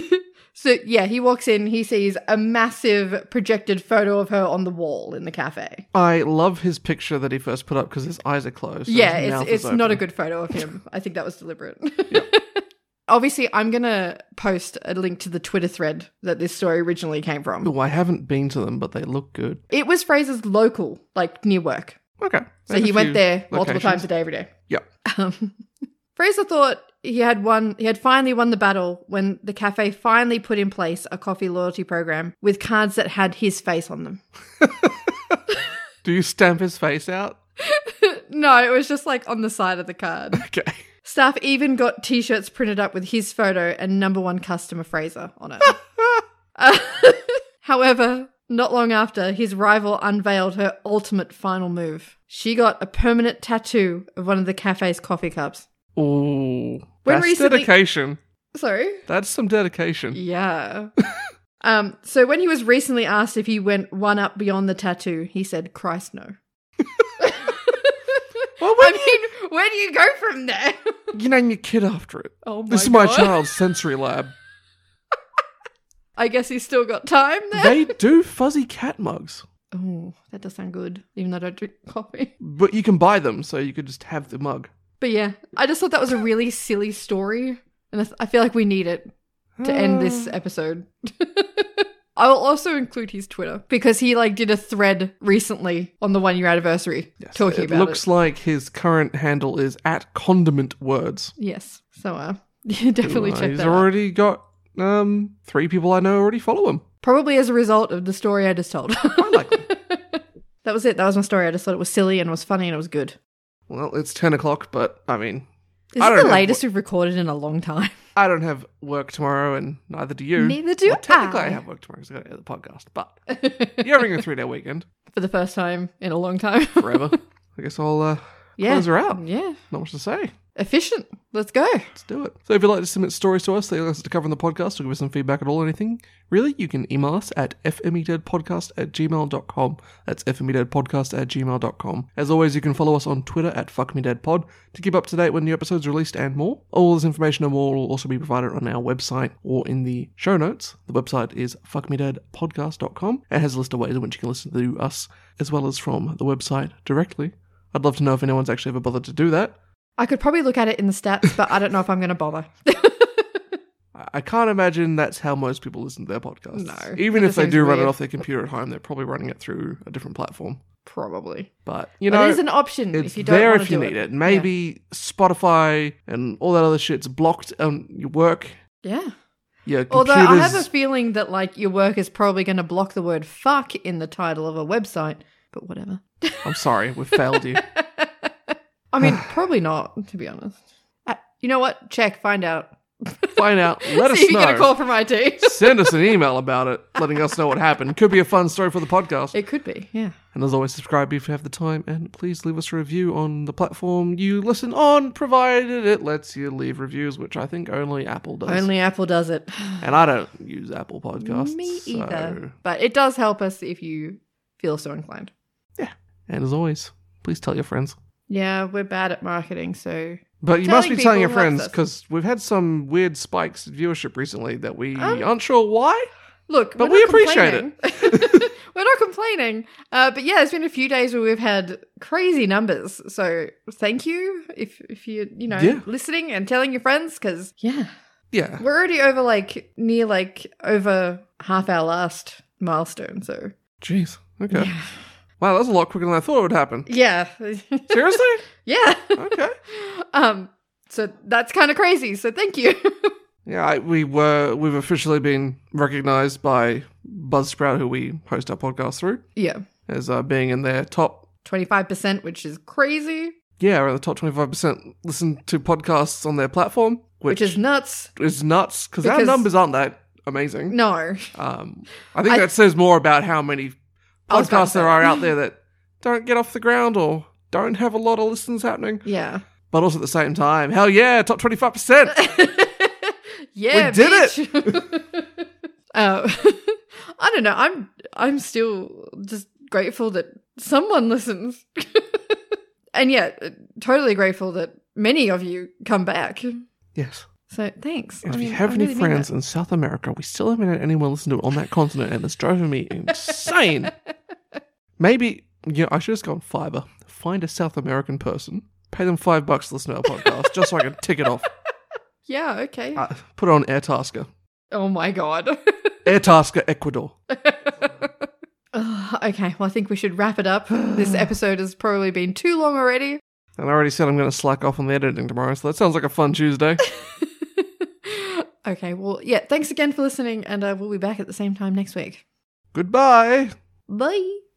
B: so yeah, he walks in, he sees a massive projected photo of her on the wall in the cafe.
A: I love his picture that he first put up because his eyes are closed. and
B: yeah,
A: his mouth
B: it's
A: is
B: it's not a
A: open.
B: good photo of him. I think that was deliberate. Obviously, I'm gonna post a link to the Twitter thread that this story originally came from.
A: Ooh, I haven't been to them, but they look good.
B: It was Fraser's local, like near work,
A: Okay.
B: so
A: There's
B: he
A: a
B: went
A: few
B: there multiple
A: locations.
B: times a day, every day.
A: Yep.
B: Um, Fraser thought he had won. He had finally won the battle when the cafe finally put in place a coffee loyalty program with cards that had his face on them.
A: Do you stamp his face out?
B: no, it was just like on the side of the card.
A: Okay.
B: Staff even got t shirts printed up with his photo and number one customer Fraser on it. Uh, however, not long after, his rival unveiled her ultimate final move. She got a permanent tattoo of one of the cafe's coffee cups.
A: Ooh.
B: When
A: that's
B: recently-
A: dedication.
B: Sorry?
A: That's some dedication.
B: Yeah. um, so when he was recently asked if he went one up beyond the tattoo, he said, Christ no.
A: Well,
B: I
A: when
B: mean, where do you go from there?
A: you, you name your kid after it.
B: oh my
A: this is my
B: God.
A: child's sensory lab.
B: I guess he's still got time there.
A: they do fuzzy cat mugs,
B: Oh, that does sound good, even though I don't drink coffee.
A: but you can buy them, so you could just have the mug.
B: But yeah, I just thought that was a really silly story, and I th- I feel like we need it to end this
A: Uh,
B: episode. I will also include his Twitter because he like did a thread recently on the one year anniversary
A: yes,
B: talking
A: it
B: about
A: looks
B: it.
A: like his current handle is at condiment words.
B: yes, so uh, you definitely
A: Uh,
B: check
A: he's
B: that. out.
A: already got um three people I know already follow him.
B: Probably as a result of the story I just told.
A: I like him.
B: that was it. That was my story. I just thought it was silly and it was funny and it was good.
A: Well, it's ten o'clock, but I mean,
B: This
A: I
B: is
A: don't
B: the
A: know
B: latest we've recorded in a long time.
A: I don't have work tomorrow, and neither do you.
B: Neither do
A: Well, technically, I.
B: I.
A: have work tomorrow because I got to edit the podcast. But you're having a three-day weekend
B: For the first time in a long time.
A: forever. I guess I'll uh,
B: yeah.
A: close her out.
B: Yeah.
A: Not much to say.
B: Efficient. Let's go.
A: Let's do it. So if you'd like to submit stories to us that you'd like us to cover on the podcast or give us some feedback at all, anything, really, you can email us at fmedadpodcast at gmail.com. That's fmedadpodcast at gmail.com. As always, you can follow us on Twitter at fuckmedadpod to keep up to date when new episodes are released and more. All this information and more will also be provided on our website or in the show notes. The website is fuckmedadpodcast.com and has a list of ways in which you can listen to us as well as from the website directly. I'd love to know if anyone's actually ever bothered to do that.
B: I could probably look at it in the stats, but I don't know if I'm going to bother.
A: I I can't imagine that's how most people listen to their podcasts.
B: No,
A: Even
B: that
A: if
B: just
A: they
B: seems
A: do run it
B: weird.
A: off their computer at home, they're probably running it through a different platform.
B: probably.
A: But, you
B: but
A: know,
B: it is an option
A: it's
B: if you don't
A: there
B: wanna
A: if you
B: do
A: need it. Maybe Spotify and all that other shit's blocked on your work,
B: Yeah.
A: your computers.
B: Although I have a feeling that like your work is probably going to block the word fuck in the title of a website, but whatever.
A: I'm sorry, we've failed you.
B: I mean, probably not, to be honest. Uh, you know what? Check, find out.
A: Find out. Let
B: See
A: us
B: if you get a
A: know.
B: call from IT.
A: Send us an email about it, letting us know what happened. Could be a fun story for the podcast.
B: it could be, yeah.
A: And as always, subscribe if you have the time, and please leave us a review on the platform you listen on, provided it lets you leave reviews, which I think only Apple does.
B: Only Apple does it.
A: And I don't use Apple Podcasts.
B: Me
A: so-
B: either. But it does help us if you feel so inclined.
A: And as always, please tell your friends.
B: Yeah, we're bad at marketing, so
A: But you
B: Telling
A: must be telling your
B: people helps
A: friends
B: us.
A: because we've had some weird spikes in viewership recently that we
B: Um,
A: aren't sure why.
B: Look,
A: But
B: we're
A: we
B: not
A: appreciate
B: complaining. we're not complaining. Uh, but yeah, it's been a few days where we've had crazy numbers. So thank you if if you you know
A: Yeah.
B: listening and telling your friends because yeah,
A: Yeah.
B: we're already over like near like over half our last milestone. So
A: Jeez. Okay. Wow, that's a lot quicker than I thought it would happen.
B: yeah, yeah,
A: Seriously?
B: yeah.
A: okay.
B: Um, so that's kind of crazy. So thank you.
A: Yeah, I, we were. We've officially been recognised by Buzzsprout, who we host our podcast through,
B: yeah,
A: as uh, being in their top.
B: twenty five percent, which is crazy,
A: Yeah, around the top twenty-five percent listen to podcasts on their platform, which,
B: which, is nuts.
A: is nuts because our
B: because-
A: numbers aren't that amazing.
B: No,
A: Um, I think
B: I-
A: that says more about how many
B: I was about
A: podcasts
B: to
A: there
B: say.
A: are out there that don't get off the ground or don't have a lot of listens happening.
B: yeah.
A: But also at the same time, hell yeah, top twenty-five percent.
B: yeah,
A: We did
B: it. I don't know. I'm I'm still just grateful that someone listens, and yeah, totally grateful that many of you come back.
A: Yes.
B: So thanks.
A: And
B: I
A: if
B: mean,
A: you have
B: I
A: any
B: really mean
A: friends
B: that.
A: in South America, we still haven't had anyone listen to it on that continent, and it's driving me insane. Maybe you know, I should have just gone Fiverr, find a South American person, pay them five bucks to listen to our podcast, just so I can tick it off.
B: yeah, okay.
A: Uh, put it on Airtasker,
B: oh my god.
A: Airtasker Ecuador.
B: Ugh, okay, well, I think we should wrap it up. this episode has probably been too long already.
A: And I already said I'm going to slack off on the editing tomorrow, so that sounds like a fun Tuesday.
B: okay, well, yeah, thanks again for listening, and uh, we'll be back at the same time next week.
A: Goodbye.
B: Bye.